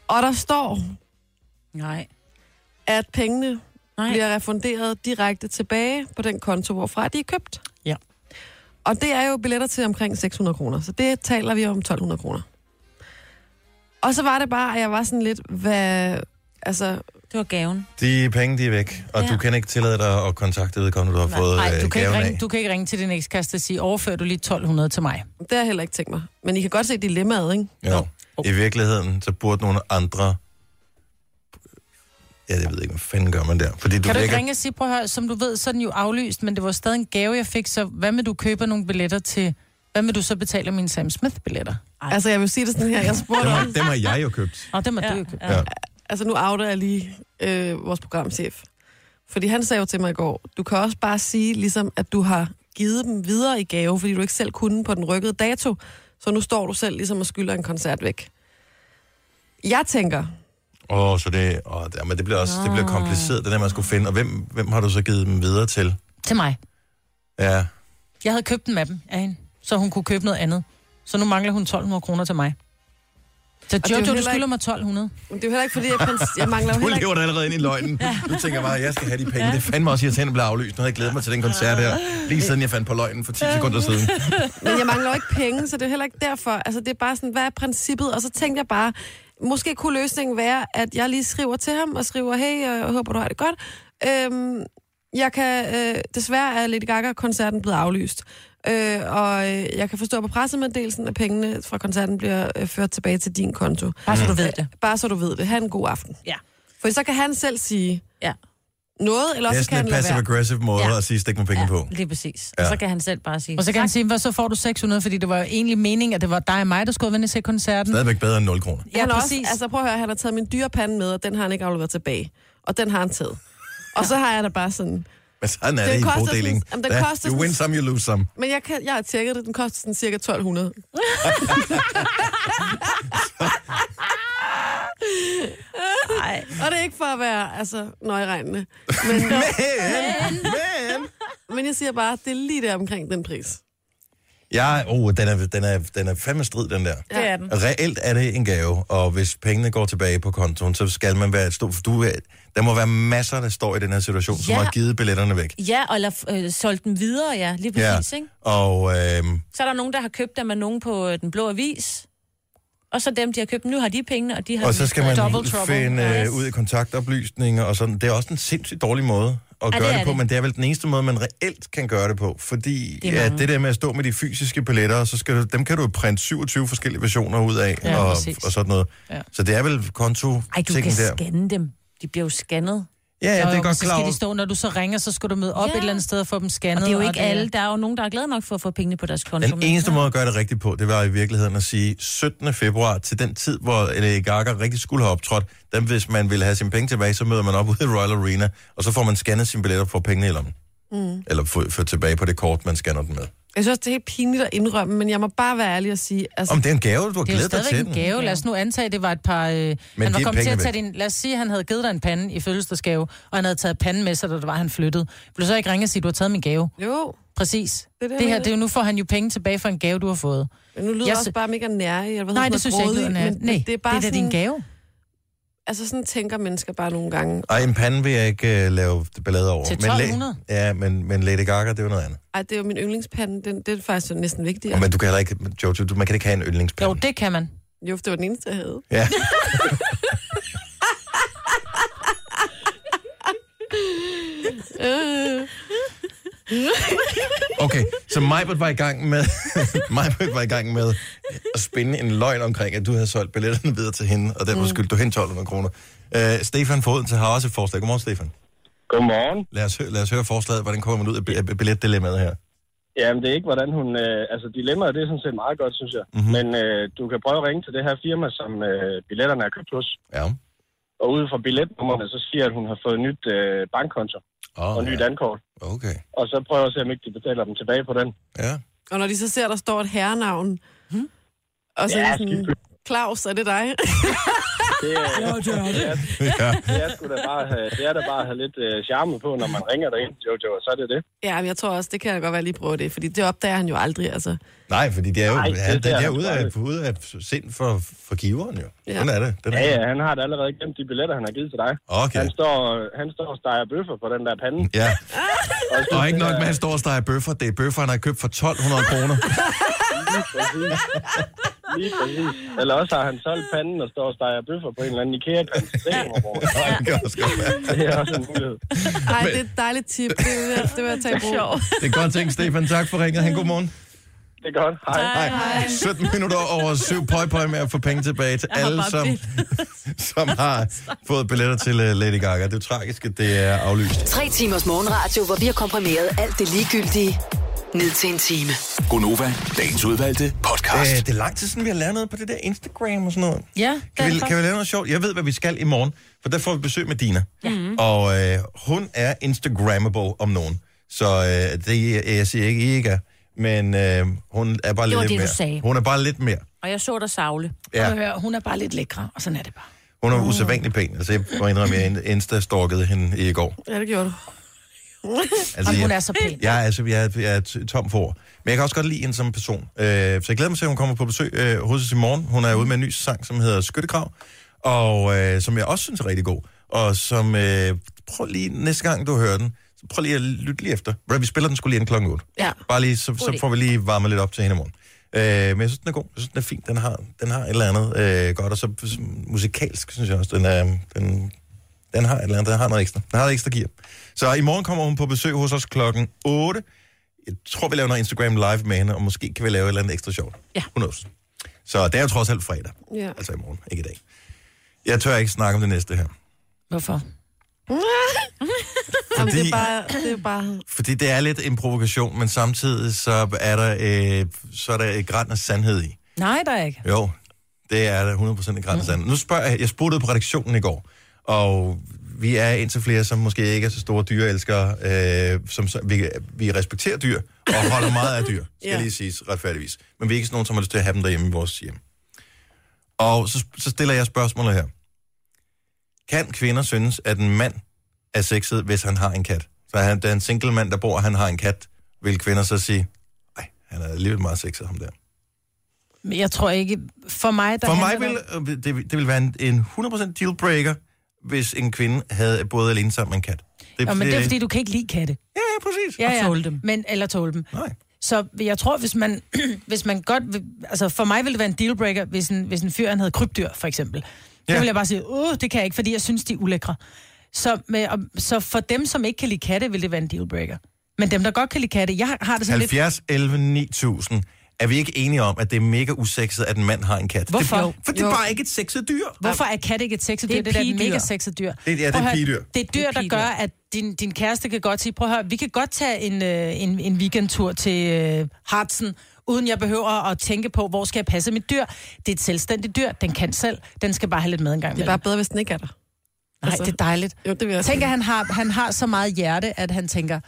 Speaker 4: Og der står,
Speaker 3: Nej.
Speaker 4: at pengene
Speaker 3: Nej.
Speaker 4: bliver refunderet direkte tilbage på den konto, hvorfra de er købt.
Speaker 3: Ja.
Speaker 4: Og det er jo billetter til omkring 600 kroner, så det taler vi om 1200 kroner. Og så var det bare, at jeg var sådan lidt, hvad... Altså,
Speaker 2: Det var gaven.
Speaker 1: De penge, de er væk, og ja.
Speaker 2: Ja.
Speaker 1: du kan ikke tillade dig at kontakte vedkommende, du har fået
Speaker 3: Nej,
Speaker 1: øh,
Speaker 3: du kan, ikke
Speaker 1: gaven
Speaker 3: ringe,
Speaker 1: af.
Speaker 3: du kan ikke ringe til din ekskaste og sige, overfør du lige 1200 til mig.
Speaker 4: det har jeg heller ikke tænkt mig. Men I kan godt se dilemmaet, ikke?
Speaker 1: Jo. I virkeligheden, så burde nogle andre... Ja, jeg ved ikke, hvad fanden gør man der. Fordi du
Speaker 3: Kan du ikke
Speaker 1: virker-
Speaker 3: ringe og sige, prøv at høre, som du ved, så er den jo aflyst, men det var stadig en gave, jeg fik, så hvad med du køber nogle billetter til, hvad med du så betale mine Sam Smith-billetter?
Speaker 4: Altså, jeg vil sige det sådan her, jeg spurgte
Speaker 1: Dem
Speaker 4: om,
Speaker 1: har, dem har jeg jo købt.
Speaker 3: Og det må ja, du jo købe.
Speaker 1: Ja.
Speaker 4: altså nu outer jeg lige øh, vores programchef. Fordi han sagde jo til mig i går, du kan også bare sige, ligesom, at du har givet dem videre i gave, fordi du ikke selv kunne på den rykkede dato. Så nu står du selv ligesom og skylder en koncert væk. Jeg tænker,
Speaker 1: Åh, oh, så det, oh, ja, men det bliver også det bliver
Speaker 4: Ah.
Speaker 1: kompliceret, det der, man skulle finde. Og hvem, hvem har du så givet dem videre til?
Speaker 3: Til mig.
Speaker 1: Ja,
Speaker 3: Jeg havde købt dem af dem af hende, så hun kunne købe noget andet. Så nu mangler hun 1200 kroner til mig. Så
Speaker 4: det er jo
Speaker 3: Jojo, du
Speaker 4: heller
Speaker 3: skylder
Speaker 4: ikke-
Speaker 3: mig 1200.
Speaker 4: men det er jo heller ikke, fordi jeg, prins- jeg mangler jo
Speaker 1: du
Speaker 4: heller ikke...
Speaker 1: lever dig allerede ind i løgnen. Du tænker bare, jeg skal have de penge. Det er fandme også irriterende at blive aflyst. Nu havde jeg glædet mig til den koncert her, lige siden jeg fandt på løgnen for 10 sekunder siden.
Speaker 4: Men jeg mangler jo ikke penge, så det er jo heller ikke derfor. Altså, det er bare sådan, hvad er princippet? Og så tænkte jeg bare, måske kunne løsningen være, at jeg lige skriver til ham og skriver, hey, øh, jeg håber, du har det godt. Øhm, jeg kan, øh, desværre er Lady Gaga-koncerten blevet aflyst. Øh, og øh, jeg kan forstå på pressemeddelelsen, at pengene fra koncerten bliver øh, ført tilbage til din konto. Mm.
Speaker 2: Bare så du ved det.
Speaker 4: Bare så du ved det. Ha' en god aften.
Speaker 2: Ja.
Speaker 4: For så kan han selv sige
Speaker 2: Ja.
Speaker 4: noget, eller
Speaker 1: Det er
Speaker 4: også kan
Speaker 1: sådan
Speaker 4: han
Speaker 1: en
Speaker 4: lade være.
Speaker 1: passive-aggressive måde
Speaker 2: Ja.
Speaker 1: at sige, stik mig penge på.
Speaker 2: Lige præcis.
Speaker 1: Ja.
Speaker 2: Og så kan han selv bare sige...
Speaker 3: Og så kan han sige, hvad så får du 600, fordi det var jo egentlig meningen, at det var dig og mig, der skulle vende til koncerten.
Speaker 1: Stadigvæk bedre end 0 kroner.
Speaker 4: Ja, han
Speaker 3: Ja,
Speaker 4: har
Speaker 3: præcis.
Speaker 4: Også, altså prøv at høre, han har taget min dyrepande med, og den har han ikke afleveret tilbage. Og den har han taget. Og så har jeg da bare sådan...
Speaker 1: Men sådan er
Speaker 4: Den
Speaker 1: det i
Speaker 4: koster
Speaker 1: bodeling.
Speaker 4: sådan- Jamen, den
Speaker 1: Ja,
Speaker 4: koster
Speaker 1: You win
Speaker 4: sådan-
Speaker 1: some, you lose some.
Speaker 4: Men jeg, kan, jeg har tjekket det, den koster sådan cirka 1200.
Speaker 2: Nej.
Speaker 4: Og det er ikke for at være altså, nøjeregnende. Men,
Speaker 1: Men, men...
Speaker 4: men jeg siger bare, det er lige der omkring den pris.
Speaker 1: Ja, oh, den, er, den, er, den er fandme strid, den der.
Speaker 2: Det er den.
Speaker 1: Reelt er det en gave, og hvis pengene går tilbage på kontoen, så skal man være et stort... for Du, er- der må være masser, der står i den her situation, ja. som
Speaker 2: Ja.
Speaker 1: har givet billetterne væk.
Speaker 2: Ja, og lad, øh, solgt dem videre, ja. Lige præcis, ja. ikke?
Speaker 1: Og øh,
Speaker 2: Så er der nogen, der har købt dem af nogen på øh, Den Blå Avis. Og så dem, de har købt dem. Nu har de pengene, og de har...
Speaker 1: og så skal man
Speaker 3: Double trouble.
Speaker 1: finde øh,
Speaker 2: Yes.
Speaker 1: ud i kontaktoplysninger og sådan. Det er også en sindssygt dårlig måde at
Speaker 2: Ja,
Speaker 1: gøre
Speaker 2: det
Speaker 1: det,
Speaker 2: er
Speaker 1: på,
Speaker 2: det.
Speaker 1: men det er vel den eneste måde, man reelt kan gøre det på. Fordi det,
Speaker 2: Det er
Speaker 1: ja,
Speaker 2: mange.
Speaker 1: det der med at stå med de fysiske billetter, så skal du, dem kan du jo printe 27 forskellige versioner ud af
Speaker 3: Ja,
Speaker 1: og,
Speaker 3: præcis.
Speaker 1: og sådan noget.
Speaker 3: Ja.
Speaker 1: Så det er vel konto
Speaker 2: Ej, du kan
Speaker 1: der.
Speaker 2: scanne dem. De bliver jo scannet.
Speaker 1: Ja, ja,
Speaker 3: Jo,
Speaker 1: det er
Speaker 3: jo,
Speaker 1: godt
Speaker 3: så
Speaker 1: klar
Speaker 3: skal
Speaker 1: over.
Speaker 3: de stå, når du så ringer, så skal du møde op
Speaker 2: Ja.
Speaker 3: et eller andet sted og få dem
Speaker 2: Og
Speaker 3: scannet.
Speaker 2: det er jo ikke alle. Der er jo nogen, der er glade nok for at få pengene på deres konto.
Speaker 1: Den
Speaker 2: men-
Speaker 1: eneste måde at gøre det rigtigt på, det var i virkeligheden at sige 17. februar til den tid, hvor Lady Gaga rigtig skulle have optrådt. Den, hvis man ville have sine penge tilbage, så møder man op ude i Royal Arena, og så får man scannet sine billetter for pengene i lommen. Mm. Eller få, få tilbage på det kort, man scanner den med.
Speaker 4: Jeg synes også, det er helt pinligt at indrømme, men jeg må bare være ærlig og sige... Altså,
Speaker 1: Om det er en gave, du har
Speaker 3: Det er jo
Speaker 1: glædet dig til
Speaker 3: stadigvæk en
Speaker 1: den.
Speaker 3: gave. Lad os nu antage, at det var et par... Øh, han var
Speaker 1: Mm. de
Speaker 3: kommet til
Speaker 1: penge
Speaker 3: at tage din... Lad os sige, at han havde givet dig en pande i fødselsdagsgave, og han havde taget panden med sig, da det var, han flyttede. Vil du så ikke ringe og sige, at du har taget min gave?
Speaker 4: jo,
Speaker 3: Præcis.
Speaker 4: Det er det,
Speaker 3: Det, det her,
Speaker 4: jeg
Speaker 3: det er jo, nu får han jo penge tilbage for en gave, du har fået.
Speaker 4: men nu lyder
Speaker 3: Jeg
Speaker 4: jeg også
Speaker 3: sy-
Speaker 4: bare mega nære. Eller hvad
Speaker 3: Nej,
Speaker 4: hedder
Speaker 3: det synes jeg ikke,
Speaker 4: grådig,
Speaker 3: lyder
Speaker 4: men-
Speaker 3: nat. Nej,
Speaker 4: men
Speaker 3: det er, bare det er da
Speaker 4: sådan,
Speaker 3: din gave.
Speaker 4: Altså, sådan tænker mennesker bare nogle gange.
Speaker 1: Ej, en pande vil jeg ikke uh, lave ballade over.
Speaker 3: Til
Speaker 1: Men la-
Speaker 3: 1200?
Speaker 1: Ja, men, men Lady Gaga, det er jo noget andet.
Speaker 4: Ej, det er jo min yndlingspande. Den, det er faktisk næsten
Speaker 1: Ja.
Speaker 4: vigtigere.
Speaker 1: Men du kan heller ikke, Jojo, du, man kan ikke have en yndlingspande.
Speaker 3: Jo, det kan man.
Speaker 4: Jo, for det var den eneste, jeg havde.
Speaker 1: Ja.
Speaker 3: Øh.
Speaker 1: Okay, så Majbert var i gang med Majbert var i gang med at spinde en løgn omkring, at du havde solgt billetterne videre til hende, og derfor mm. skyldte du hende 1200 kroner. Uh, Stefan Fodense har også et forslag. Godmorgen, Stefan.
Speaker 8: Godmorgen.
Speaker 1: Lad os, hø- lad os høre forslaget. Hvordan kommer man ud af bi- af billetdilemmaet her?
Speaker 8: Jamen, det er ikke, hvordan hun... Øh, altså, dilemmaet, det er sådan set meget godt, synes jeg.
Speaker 1: Mhm.
Speaker 8: Mm-hmm. Men øh, du kan prøve at ringe til det her firma, som øh, billetterne er købt hos.
Speaker 1: Ja.
Speaker 8: Og ude fra billetnummerne, så siger jeg, at hun har fået nyt øh, bankkonto og
Speaker 1: Oh,
Speaker 8: nyt
Speaker 1: ja.
Speaker 8: dankort.
Speaker 1: Okay.
Speaker 8: Og så prøver jeg at se, om ikke de betaler dem tilbage på den.
Speaker 1: Ja.
Speaker 4: Og når de så ser, der står et herrenavn, hmm? og så
Speaker 8: Ja,
Speaker 4: ja, sådan,
Speaker 8: skidt.
Speaker 4: Claus, er det dig?
Speaker 8: Det, er-
Speaker 3: Jo, det er det.
Speaker 1: Ja.
Speaker 8: det, er, sgu da bare, at have- det er da bare at have lidt øh, charme på, når man ringer derind, Jojo, og så er det det.
Speaker 4: ja, men jeg tror også, det kan jeg godt være lige prøve det, fordi det opdager han jo aldrig, altså.
Speaker 1: Nej, fordi det er jo
Speaker 8: Nej,
Speaker 1: Nej,
Speaker 8: det
Speaker 1: han,
Speaker 8: ser
Speaker 1: den er
Speaker 8: jeg
Speaker 1: ude af,
Speaker 8: ikke.
Speaker 1: ude af sind for, for giveren jo. Ja.
Speaker 4: Ja.
Speaker 1: Sådan er det. Den
Speaker 8: Ja,
Speaker 1: er.
Speaker 8: ja, han har da allerede glemt de billetter, han har givet til dig.
Speaker 1: Okay.
Speaker 8: Han står, han står og steger bøffer på den der pande.
Speaker 1: Ja.
Speaker 8: så
Speaker 1: Og ikke
Speaker 8: tænker
Speaker 1: nok med,
Speaker 8: jeg,
Speaker 1: at han står og steger bøffer. Det er bøffer, han har købt for 1200 kroner.
Speaker 8: Lige præcis. Lige præcis. Eller også har han solgt panden og står og steger bøffer på en eller anden IKEA-pande. Det, er jo over.
Speaker 1: Nej, det kan også godt være.
Speaker 8: det er også en mulighed.
Speaker 4: Ej, det er et dejligt tip. Det vil jeg, det vil jeg tage i brug.
Speaker 1: Det er godt tænkt, Stefan. Tak for ringet. Han, god morgen.
Speaker 8: Det er godt. Hej.
Speaker 1: Hej. 17 minutter over syv pøj, pøj med at få penge tilbage til alle, som, som har fået billetter til øh, Lady Gaga. Det er jo tragisk, at det er aflyst.
Speaker 6: Tre timers morgenradio, hvor vi har komprimeret alt det ligegyldige ned til en time.
Speaker 5: Gonova, dagens udvalgte podcast.
Speaker 1: Øh, det er lang tid siden, vi har lavet noget på det der Instagram og sådan noget.
Speaker 3: Ja,
Speaker 1: Kan vi,
Speaker 3: derfor.
Speaker 1: kan vi lave noget sjovt? Jeg ved, hvad vi skal i morgen, for der får vi besøg med Dina. Ja.
Speaker 2: Mm-hmm.
Speaker 1: Og øh, hun er Instagrammable om nogen. Så øh, det er, jeg siger ikke, I ikke er. Men øh, hun er bare
Speaker 2: Det
Speaker 1: lidt
Speaker 2: var det, du
Speaker 1: mere.
Speaker 2: sagde.
Speaker 1: Hun er bare lidt mere.
Speaker 2: Og jeg så dig savle.
Speaker 1: Ja.
Speaker 3: Ja. Hør, hun er bare lidt lækre, og sådan er det bare.
Speaker 1: Hun er usædvanlig pæn. Altså, jeg må indrømme, at jeg insta-stalkede hende i går.
Speaker 4: Ja, det gjorde du.
Speaker 1: Altså,
Speaker 3: Og hun
Speaker 1: jeg-
Speaker 3: er så pæn.
Speaker 1: Jeg er, altså, jeg, er, jeg er t- tom for ord. Men jeg kan også godt lide hende som person. Øh, så jeg glæder mig til, at hun kommer på besøg øh, hos os i morgen. Hun er ude med en ny sang, som hedder Skyttegrav, og øh, som jeg også synes er rigtig god. Og som, øh, prøv lige næste gang, du hører den, så prøv lige at lytte lige efter. Hvad, Vi spiller den skulle lige inden klokken 8.
Speaker 4: Ja.
Speaker 1: Bare lige, så, så
Speaker 2: idé.
Speaker 1: får vi lige varmet lidt op til hende i morgen. Øh, men jeg synes, den er god. Jeg synes, den er fin. Den har, den har et eller andet øh, godt. Og så så musikalsk, synes jeg også, den er... Den, den har et eller andet, den har noget ekstra. Den har et ekstra gear. Så i morgen kommer hun på besøg hos os klokken 8. Jeg tror, vi laver noget Instagram live med hende, og måske kan vi lave et eller andet ekstra sjovt.
Speaker 2: Ja.
Speaker 1: Who knows? Så det er jo trods alt fredag.
Speaker 4: Ja.
Speaker 1: Altså i morgen, ikke i dag. Jeg tør ikke snakke om det næste her.
Speaker 3: Hvorfor?
Speaker 4: Jamen, det
Speaker 1: Fordi-
Speaker 4: er bare... Det er bare
Speaker 1: Fordi det er lidt en provokation, men samtidig så er der, øh, så er der et græn af sandhed i.
Speaker 3: Nej, der er ikke.
Speaker 1: Jo, det er der 100% i grænsen. Mm. Nu spørger jeg, jeg spurgte på redaktionen i går, og vi er indtil flere, som måske ikke er så store dyreelskere, øh, som, som vi, vi respekterer dyr, og holder meget af dyr, skal
Speaker 4: Ja.
Speaker 1: lige siges retfærdigvis. Men vi er ikke sådan nogen, som har lyst til at have dem derhjemme i vores hjem. Og så, så stiller jeg spørgsmålet her. Kan kvinder synes, at en mand er sexet, hvis han har en kat? Så han, der er en single mand, der bor, og han har en kat, vil kvinder så sige, nej, han er alligevel meget sexet, ham der.
Speaker 3: Men jeg tror ikke... For mig, der
Speaker 1: For mig
Speaker 3: handler det-
Speaker 1: vil øh, det, det vil være en, en 100% dealbreaker, hvis en kvinde havde både alene sammen med en kat. Det,
Speaker 3: Nå, men det er fordi, du kan ikke lide katte.
Speaker 1: Ja, ja, præcis.
Speaker 3: Ja, ja.
Speaker 2: tåle dem.
Speaker 3: Men, eller tåle dem.
Speaker 1: Nej.
Speaker 3: Så jeg tror, hvis man, hvis man godt vil, Altså, for mig ville det være en dealbreaker, hvis en, hvis en fyr han havde krybdyr, for eksempel.
Speaker 1: Ja.
Speaker 3: Ja. Så ville jeg bare sige, åh, det kan jeg ikke, fordi jeg synes, de er ulækre. Så, med, og, så for dem, som ikke kan lide katte, vil det være en dealbreaker. Men dem, der godt kan lide katte, jeg har- har det sådan lidt...
Speaker 1: 70, 11, 9000. Er vi ikke enige om, at det er mega usexet, at en mand har en kat?
Speaker 3: Hvorfor?
Speaker 1: Det, for det er
Speaker 3: Jo.
Speaker 1: bare ikke et sexet dyr.
Speaker 3: Hvorfor er katte ikke et sexet
Speaker 2: Det
Speaker 3: dyr?
Speaker 2: er
Speaker 3: Det, det er et
Speaker 2: pigedyr.
Speaker 3: mega sexet dyr.
Speaker 1: Det er- ja, det er
Speaker 3: Prøv at høre,
Speaker 1: pigedyr.
Speaker 3: Det er dyr,
Speaker 2: Det er
Speaker 3: der
Speaker 2: pigedyr.
Speaker 3: gør, at din, din kæreste kan godt sige, prøv at høre, vi kan godt tage en, øh, en, en weekendtur til øh, Hartsen, uden jeg behøver at tænke på, hvor skal jeg passe mit dyr. Det er et selvstændigt dyr, den kan selv, den skal bare have lidt med en gang
Speaker 4: Det er bare bedre, hvis den ikke er der. Altså.
Speaker 3: Nej, det er dejligt.
Speaker 4: Jo, det vil jeg også.
Speaker 3: Tænk, at han har, han har så meget hjerte, at han tænker,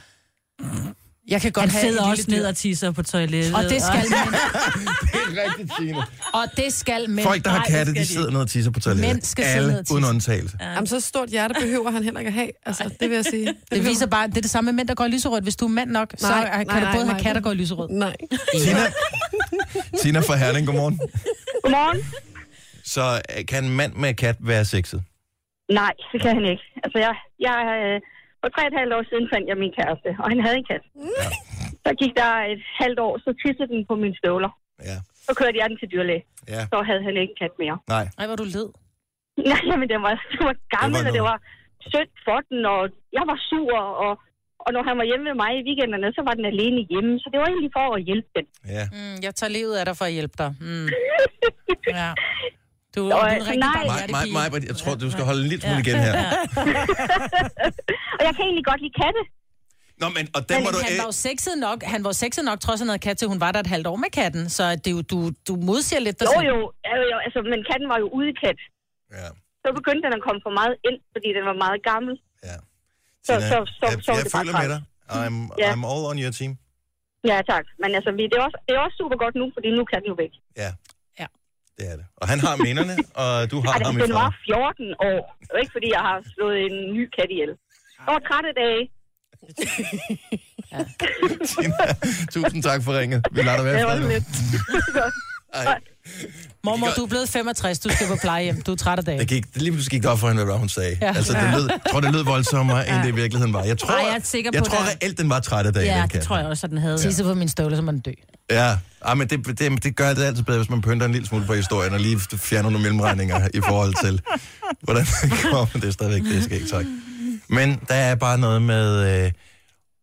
Speaker 3: jeg kan godt
Speaker 2: Han
Speaker 3: have et
Speaker 2: sidder
Speaker 3: lille
Speaker 2: også
Speaker 3: dyr.
Speaker 2: ned og tisser på toilettet.
Speaker 3: Og det skal mænd.
Speaker 1: Rigtigt, Signe.
Speaker 3: Og det skal mænd.
Speaker 1: Folk, der har
Speaker 3: Nej,
Speaker 1: katte,
Speaker 3: det skal
Speaker 1: de sidder ned og tisser på toilettet.
Speaker 3: Mænd skal sidde
Speaker 1: Alle,
Speaker 3: ned og tisse.
Speaker 1: uden undtagelse.
Speaker 4: Jamen, så stort hjerte behøver han heller ikke at have. Altså, det vil jeg sige.
Speaker 3: Det viser bare, det er det samme med mænd, der går i lyserødt. Hvis du er mand nok, så
Speaker 4: Nej,
Speaker 3: nej, kan
Speaker 4: nej,
Speaker 3: du
Speaker 4: nej,
Speaker 3: både
Speaker 4: nej.
Speaker 3: have katte og gå i lyserød.
Speaker 4: Nej.
Speaker 1: Tina, Tina fra Herning, godmorgen.
Speaker 7: Godmorgen.
Speaker 1: Så øh, kan en mand med kat være
Speaker 7: Øh,
Speaker 1: sexet?
Speaker 7: Nej, det kan han ikke. Altså, jeg, jeg, øh, for tre og et halvt år siden fandt jeg min kæreste, og han havde en kat. Så gik der et halvt år, så tissede den på mine støvler.
Speaker 1: Ja.
Speaker 7: Så kørte jeg den til dyrlæge.
Speaker 1: Ja.
Speaker 7: Så havde han ikke en kat mere.
Speaker 1: Nej.
Speaker 3: Nej, hvor du led.
Speaker 7: Nej, men den var, den var gammel,
Speaker 1: Det
Speaker 7: det
Speaker 1: var
Speaker 7: var og det
Speaker 1: noget.
Speaker 7: var synd for den, og jeg var sur, og, og når han var hjemme med mig i weekenderne, så var den alene hjemme, så det var egentlig for at hjælpe den.
Speaker 1: Ja.
Speaker 3: Mm, jeg tager livet af dig for at hjælpe dig. Mm. Ja. Du, du
Speaker 7: Og,
Speaker 3: er en
Speaker 7: øh,
Speaker 3: rigtig
Speaker 7: nej.
Speaker 1: Mig,
Speaker 3: dejlig
Speaker 1: mig,
Speaker 3: hjertepige.
Speaker 1: mig, jeg tror, du skal holde en lille smule igen her.
Speaker 7: Og jeg kan egentlig godt lide katte.
Speaker 1: Nå, men, og den må
Speaker 3: Men
Speaker 1: du...
Speaker 3: er han var jo sexet nok, han var sexet nok, trods han havde kat til, hun var der et halvt år med katten, så det er jo, du, du modsiger lidt dig
Speaker 7: Jo,
Speaker 3: selv.
Speaker 7: jo, jo, jo altså, men katten var jo udekat.
Speaker 1: Ja.
Speaker 7: Så begyndte den at komme for meget ind, fordi den var meget gammel.
Speaker 1: Ja.
Speaker 7: Så-
Speaker 1: Tina,
Speaker 7: så- så-
Speaker 1: jeg,
Speaker 7: så er
Speaker 1: jeg
Speaker 7: det bare
Speaker 1: føler med
Speaker 7: træls.
Speaker 1: dig. I'm,
Speaker 7: Ja.
Speaker 1: I'm all on your team.
Speaker 7: Ja, tak. Men altså, vi, det, er også, det er også super godt nu, fordi nu kan den jo væk.
Speaker 1: Ja.
Speaker 3: Ja.
Speaker 1: Det er det. Og han har minderne, og du har
Speaker 7: Altså,
Speaker 1: ham i
Speaker 7: den var
Speaker 1: fred.
Speaker 7: 14 år. Det er jo ikke, fordi jeg har slået en ny kat ihjel. Det var 30 dage.
Speaker 1: Tina, Tusind tak for ringet. Vi lader dig være i
Speaker 7: Det var
Speaker 1: fred nu.
Speaker 7: lidt.
Speaker 1: Ej,
Speaker 3: Mormor,
Speaker 1: Det gør-
Speaker 3: du er blevet 65, du skal på plejehjem, du er træt af dagen.
Speaker 1: det gik, det lige pludselig gik det op for hende, hvad det var, hun sagde. Ja.
Speaker 3: Ja.
Speaker 1: Altså, det lød, jeg tror, det lød voldsommere, end det i virkeligheden var. Jeg tror,
Speaker 2: Ej, jeg er sikker
Speaker 1: jeg
Speaker 2: på
Speaker 1: tror
Speaker 2: det.
Speaker 1: reelt, den var træt af dagen.
Speaker 2: Ja,
Speaker 1: den
Speaker 2: det
Speaker 1: kat.
Speaker 2: tror jeg også, at den havde.
Speaker 3: Tisse på min støvle, så må den dø.
Speaker 1: Ja, Ej, men det, det, det gør det altid bedre, hvis man pynter en lille smule på historien og lige fjerner nogle mellemregninger i forhold til, hvordan det kommer. Det er stadigvæk det, skal ikke tak. Men der er bare noget med... Øh,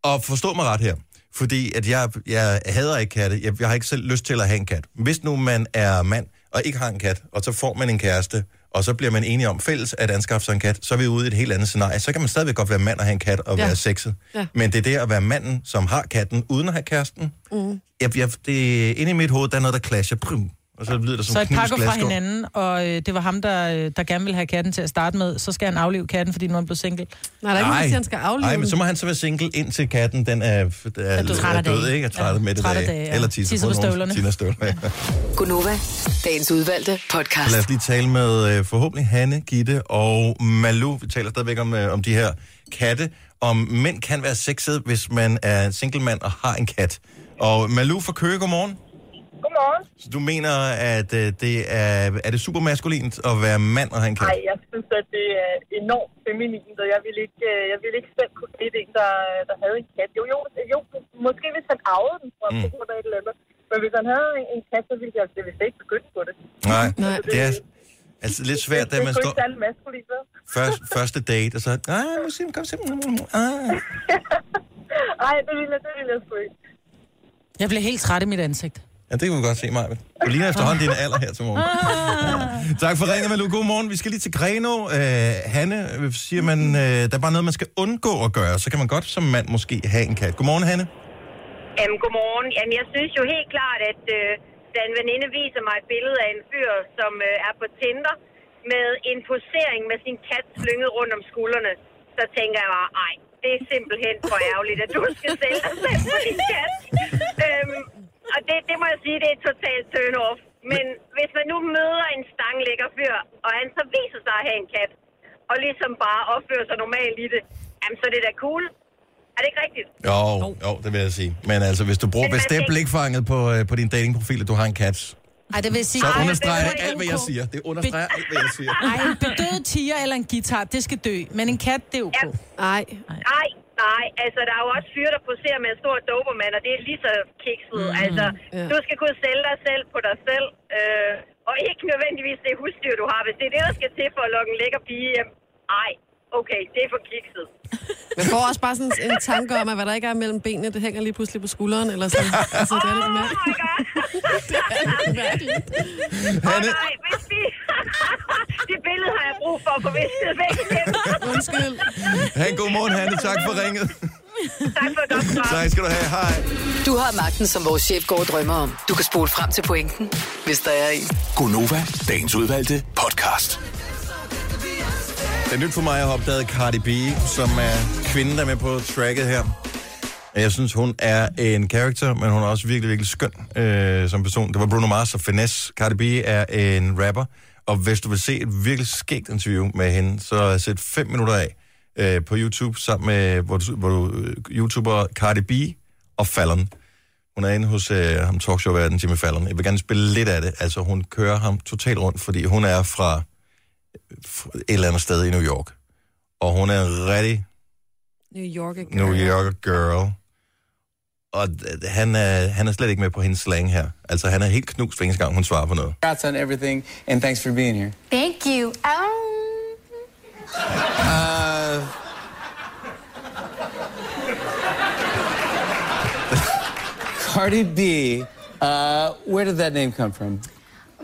Speaker 1: og forstå mig ret her, fordi at jeg, jeg hader ikke katte. Jeg, jeg har ikke selv lyst til at have en kat. Hvis nu man er mand og ikke har en kat, og så får man en kæreste, og så bliver man enige om fælles at anskaffe sig en kat, så er vi ude i et helt andet scenarie. Så kan man stadigvæk godt være mand og have en kat og ja. være sexet. Ja. Men det er det at være manden, som har katten, uden at have kæresten. Mm. Jeg, jeg, det, inde i mit hoved, der er noget, der clasher. Prum, og så lyder det som
Speaker 3: Så et
Speaker 1: knust
Speaker 3: par går fra
Speaker 1: glasskår.
Speaker 3: hinanden, og øh, det var ham, der, øh, der gerne ville have katten til at starte med. Så skal han aflive katten, fordi nu er han blevet single.
Speaker 4: Nej, der er
Speaker 1: Nej.
Speaker 4: ikke nogen, der siger, han skal aflive
Speaker 1: Nej, men
Speaker 4: den.
Speaker 1: så må han så være single, indtil katten den er, er, er,
Speaker 3: død.
Speaker 1: er
Speaker 3: Træt af
Speaker 1: død,
Speaker 3: dage.
Speaker 1: ikke? Er træt
Speaker 3: Ja,
Speaker 1: med det
Speaker 3: træt af
Speaker 1: dag.
Speaker 3: dage, ja.
Speaker 1: Eller tisser,
Speaker 3: Tisser
Speaker 1: på,
Speaker 3: på
Speaker 1: nogen-
Speaker 3: støvlerne.
Speaker 1: Tina støvler, ja.
Speaker 6: Gunova, dagens udvalgte podcast.
Speaker 1: Lad os lige tale med øh, forhåbentlig Hanne, Gitte og Malu. Vi taler stadigvæk om, øh, om de her katte. Om mænd kan være sexet, hvis man er single mand og har en kat. Og Malu fra Køge, godmorgen.
Speaker 7: Godmorgen.
Speaker 1: Så du mener, at øh, det er, er det super maskulint at være mand og have en kat?
Speaker 7: Nej, jeg synes, at det er enormt feminint, og jeg ville ikke, øh, jeg ville ikke selv kunne se en, der, der havde en kat. Jo, jo, jo måske hvis han arvede den fra mm. et eller andet. Men hvis han havde en, en kat, så ville jeg, jeg ville slet ikke begynde på det.
Speaker 1: Nej,
Speaker 4: Nej.
Speaker 1: det er altså lidt svært, da
Speaker 7: det,
Speaker 1: man
Speaker 7: det er
Speaker 1: står
Speaker 7: ikke særlig maskulint, vel?
Speaker 1: først, første date, og så... Nej, Musim, kom se. Ah.
Speaker 7: Nej, det ville jeg, det ville jeg sgu ikke.
Speaker 3: Jeg blev helt træt i mit ansigt.
Speaker 1: Ja, det kan vi godt se, Maja. Du ligner efterhånden din alder her til morgen. tak for ringen, Malu. God morgen. Vi skal lige til Greno. Øh, Hanne øh, siger, man, øh, der er bare noget, man skal undgå at gøre. Så kan man godt som mand måske have en kat. Godmorgen, Hanne.
Speaker 7: Jamen, godmorgen. Jamen, jeg synes jo helt klart, at øh, da en veninde viser mig et billede af en fyr, som øh, er på Tinder, med en posering med sin kat slynget rundt om skuldrene, så tænker jeg bare, ej, det er simpelthen for ærgerligt, at du skal sælge dig selv for din kat. øhm, og det, det må jeg sige, det er et totalt turn-off. Men hvis man nu møder en stanglækker fyr, og han så viser sig at have en kat, og ligesom bare opfører sig normalt i det, jamen så er det da cool. Er det ikke rigtigt?
Speaker 1: Jo, jo, det vil jeg sige. Men altså, hvis du bruger
Speaker 7: Men man skal
Speaker 1: bestemt
Speaker 7: ikke-
Speaker 1: blikfanget på, øh, på din datingprofil, at du har en kat, så
Speaker 3: Ej, det vil sige...
Speaker 1: understreger
Speaker 7: det
Speaker 1: det
Speaker 7: må
Speaker 1: alt, hvad jeg siger. Det understreger alt, hvad jeg siger.
Speaker 3: Ej, en bedøvet tiger eller en guitar, det skal dø. Men en kat, det er okay.
Speaker 7: Ja.
Speaker 4: Nej.
Speaker 7: Nej, nej. Altså, der er jo også fyre, der poserer med en stor dobermand, og det er lige så kikset. Mm, altså,
Speaker 4: ja.
Speaker 7: du skal kunne sælge dig selv på dig selv. Øh, og ikke nødvendigvis det husdyr, du har. Hvis det er det, der skal til for at lokke en lækker pige hjem. Ej, okay, det er for kikset.
Speaker 4: Man får også bare sådan en tanke om, at hvad der ikke er mellem benene, det hænger lige pludselig på skulderen, eller sådan. Altså, det er lidt
Speaker 7: Oh my
Speaker 4: mærkeligt.
Speaker 7: god! Åh
Speaker 1: Hanne,
Speaker 7: nej, hvis vi... det billede har jeg brug for at få visket væk igen.
Speaker 4: Undskyld.
Speaker 1: ha' en god morgen, Hanne. Tak for ringet.
Speaker 7: tak for et godt program.
Speaker 1: tak skal du have. Hej.
Speaker 6: Du har magten, som vores chef går og drømmer om. Du kan spole frem til pointen, hvis der er en.
Speaker 5: Gonova, dagens udvalgte podcast.
Speaker 1: Det er nyt for mig at have opdaget Cardi B, som er kvinden, der er med på tracket her. Jeg synes, hun er en karakter, men hun er også virkelig, virkelig skøn øh, som person. Det var Bruno Mars og Finesse. Cardi B er en rapper, og hvis du vil se et virkelig skægt interview med hende, så sæt 5 minutter af øh, på YouTube, sammen med, hvor du, hvor du øh, YouTuber Cardi B og Fallon. Hun er inde hos øh, ham talkshow-verden, Jimmy Fallon. Jeg vil gerne spille lidt af det. Altså, hun kører ham totalt rundt, fordi hun er fra et eller andet sted i New York. Og hun er en rigtig
Speaker 4: New York igen.
Speaker 1: New York girl. Og d- han er, han er slet ikke med på hendes slang her. Altså, han er helt knust, hver eneste gang hun svarer på noget.
Speaker 9: Congrats on everything, and thanks for being here.
Speaker 10: Thank you. Um,
Speaker 9: Uh, Cardi B, uh, where did that name come from?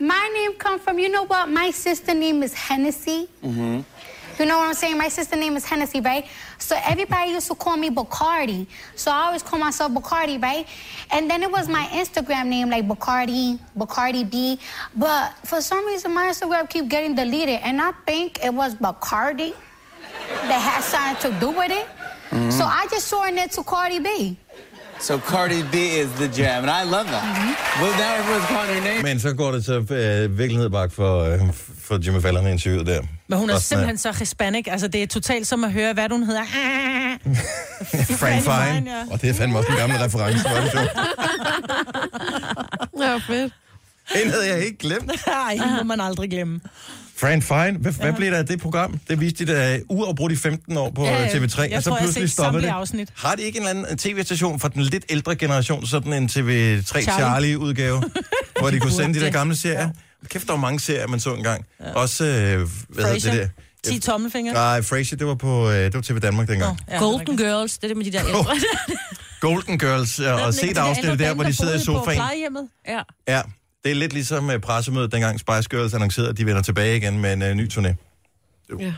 Speaker 10: my name come from, you know what? My sister name is Hennessy. You know what I'm saying? My sister name is Hennessy, right? So everybody used to call me Bacardi. So I always call myself Bacardi, right? And then it was my Instagram name, like Bacardi, Bacardi B. But for some reason, my Instagram keep getting deleted, and I think it was Bacardi that had something to do with it. So I just shortened it to Cardi B.
Speaker 9: So Cardi B is the jam, and I love that. Well, now everyone's calling her name.
Speaker 1: Men så går det så øh, virkelighed bak for, øh, for Jimmy Fallon i interviewet der.
Speaker 3: Men hun er
Speaker 1: Resten af-
Speaker 3: simpelthen så hispanic. Altså, det er totalt som at høre, hvad hun hedder.
Speaker 1: Frank
Speaker 3: Fanny
Speaker 1: Fine.
Speaker 3: Fine, ja.
Speaker 1: Og det er fandme også en gammel reference. Var det sjovt.
Speaker 4: Ja, fedt.
Speaker 1: Den havde jeg ikke glemt.
Speaker 3: Nej, det må man aldrig glemme.
Speaker 1: Frank Fine. Hvad, hvad blev der af det program? Det viste de da uafbrudt i 15 år på
Speaker 3: Ja,
Speaker 1: ja,
Speaker 3: ja.
Speaker 1: TV3,
Speaker 3: Jeg
Speaker 1: og så
Speaker 3: tror, jeg har
Speaker 1: pludselig
Speaker 3: set
Speaker 1: stoppede det.
Speaker 3: samtlige afsnit.
Speaker 1: Har de ikke en eller anden tv-station for den lidt ældre generation, sådan en TV3
Speaker 3: Charlie.
Speaker 1: Charlie-udgave, hvor de kunne
Speaker 3: burde
Speaker 1: sende de der
Speaker 3: det.
Speaker 1: gamle serier? Kæft, der var mange serier, man så engang. Ja. Også, øh, hvad hedder
Speaker 3: Frasier.
Speaker 1: det der?
Speaker 3: 10 tommelfingre.
Speaker 1: Nej, Frasier, det var på øh, det var TV Danmark dengang.
Speaker 3: Ja,
Speaker 2: Golden Girls, det er det med de der ældre.
Speaker 1: Golden Girls, øh, og se et afsnit der, hvor de sidder i sofaen.
Speaker 2: Ja.
Speaker 1: Ja, det er lidt ligesom øh, pressemødet, dengang Spice Girls annoncerede, at de vender tilbage igen med en øh, ny turné.
Speaker 4: Ja.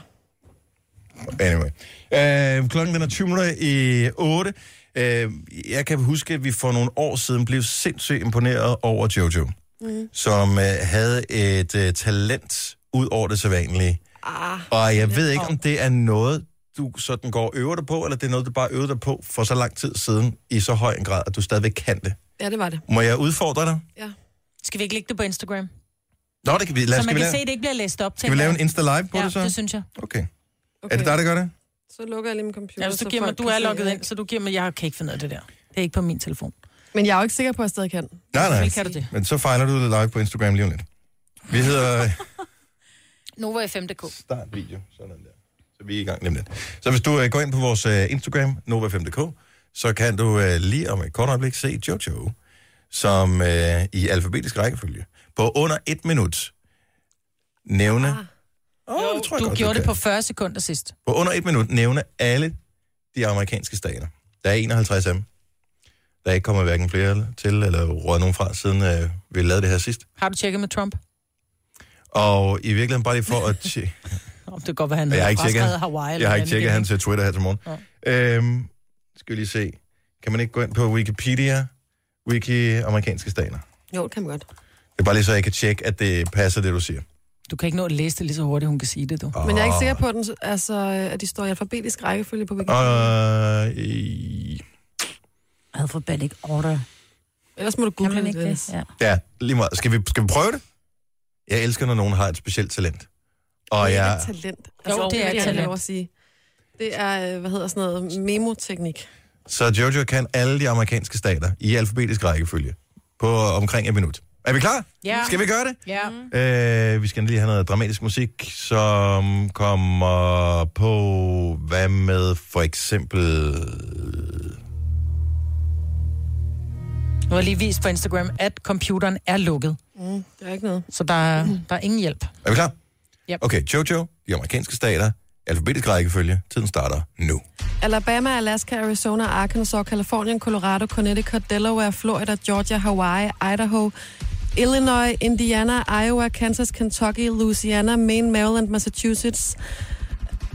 Speaker 1: Anyway. Øh, klokken den er 20 minutter i 8. Øh, jeg kan huske, at vi for nogle år siden blev sindssygt imponeret over Jojo, mm. som øh, havde et øh, talent ud over det sædvanlige.
Speaker 4: Ah,
Speaker 1: Og jeg ved ikke, om det er noget, du sådan går og øver dig på, eller det er noget, du bare øver dig på for så lang tid siden, i så høj en grad, at du stadigvæk kan det.
Speaker 4: ja, det var det.
Speaker 1: Må jeg udfordre dig?
Speaker 4: Ja.
Speaker 3: Skal vi ikke lægge det på Instagram?
Speaker 1: Nå, det kan vi. Lad,
Speaker 3: Så
Speaker 1: os- skal,
Speaker 3: man
Speaker 1: vi lave,
Speaker 3: kan se, at det ikke bliver læst op til.
Speaker 1: skal vi lave en Insta-live på
Speaker 3: Ja,
Speaker 1: det så?
Speaker 3: det synes jeg.
Speaker 1: Okay.
Speaker 4: Okay.
Speaker 1: Er det dig, der gør det?
Speaker 4: Så lukker jeg lige min computer.
Speaker 3: Ja, hvis du,
Speaker 4: så
Speaker 3: giver mig,
Speaker 4: folk
Speaker 3: du
Speaker 4: kan
Speaker 3: er
Speaker 4: se,
Speaker 3: logget
Speaker 4: at-
Speaker 3: ind, så du giver mig, jeg kan ikke finde ud af det der. Det er ikke på min telefon.
Speaker 4: Men jeg er jo ikke sikker på, at jeg stadig kan.
Speaker 1: Nej, nej.
Speaker 3: Selvfølgelig kan du det.
Speaker 1: Men så fejler du det live på Instagram lige om lidt. Vi hedder...
Speaker 3: Nova i 5.dk.
Speaker 1: Start video. Sådan der. Så vi er i gang lige om lidt. Så hvis du øh, går ind på vores øh, Instagram, nova5.dk, så kan du øh, lige om et kort øjeblik se Jojo, som øh, i alfabetisk rækkefølge, på under et minut, nævne... Åh, oh, det tror jeg
Speaker 3: Du
Speaker 1: godt,
Speaker 3: gjorde det
Speaker 1: kan.
Speaker 3: på 40 sekunder sidst.
Speaker 1: På under et minut nævne alle de amerikanske stater. Der er 51 af dem. Der er ikke kommet hverken flere til eller røget nogen fra, siden øh, vi lavede det her sidst.
Speaker 3: Har du tjekket med Trump?
Speaker 1: Og i virkeligheden bare lige for at... Tje-
Speaker 3: Om det kan godt være, han
Speaker 1: jeg har
Speaker 3: har
Speaker 1: ikke tjekket,
Speaker 3: fraskrevet Hawaii.
Speaker 1: jeg har ikke
Speaker 3: noget
Speaker 1: tjekket
Speaker 3: andet.
Speaker 1: hans øh, Twitter her til morgen. Øhm, skal vi lige se. Kan man ikke gå ind på Wikipedia? Wiki amerikanske stater.
Speaker 4: Jo, det kan man godt.
Speaker 1: Det er bare lige så, jeg kan tjekke, at det passer, det du siger.
Speaker 3: Du kan ikke nå at læse det lige så hurtigt, hun kan sige det, du.
Speaker 4: Men jeg er ikke sikker på, at, den, altså, at de står i alfabetisk rækkefølge på Wikipedia.
Speaker 1: Og, øh,
Speaker 2: Alphabetic order.
Speaker 4: Ellers må du
Speaker 2: Kan
Speaker 4: google
Speaker 2: man
Speaker 4: det.
Speaker 2: ikke det?
Speaker 4: Ja.
Speaker 2: Ja.
Speaker 1: ja, lige meget. Skal vi, skal vi prøve det? Jeg elsker, når nogen har et specielt talent. Og
Speaker 4: Det er
Speaker 1: jeg,
Speaker 4: et talent.
Speaker 3: Jo, det er
Speaker 4: vil
Speaker 3: et
Speaker 4: jeg have
Speaker 3: talent.
Speaker 4: lov at sige. Det er, øh, hvad hedder sådan noget, memoteknik.
Speaker 1: så Jojo kan alle de amerikanske stater i alfabetisk rækkefølge på omkring et minut. Er vi klar?
Speaker 3: Ja.
Speaker 1: Skal vi gøre det?
Speaker 3: Ja.
Speaker 1: Øh, vi skal lige have noget dramatisk musik, som kommer på, hvad med for eksempel...
Speaker 3: Nu har jeg lige vist på Instagram, at computeren er lukket.
Speaker 4: Det Mm, er ikke noget.
Speaker 3: Så der, er- der er ingen hjælp.
Speaker 1: Er vi klar?
Speaker 3: Yep.
Speaker 1: Okay, Jojo, de amerikanske stater, alfabetisk rækkefølge, tiden starter nu.
Speaker 4: Alabama, Alaska, Arizona, Arkansas, Kalifornien, Colorado, Connecticut, Delaware, Florida, Georgia, Hawaii, Idaho, Illinois, Indiana, Iowa, Kansas, Kentucky, Louisiana, Maine, Maryland, Massachusetts,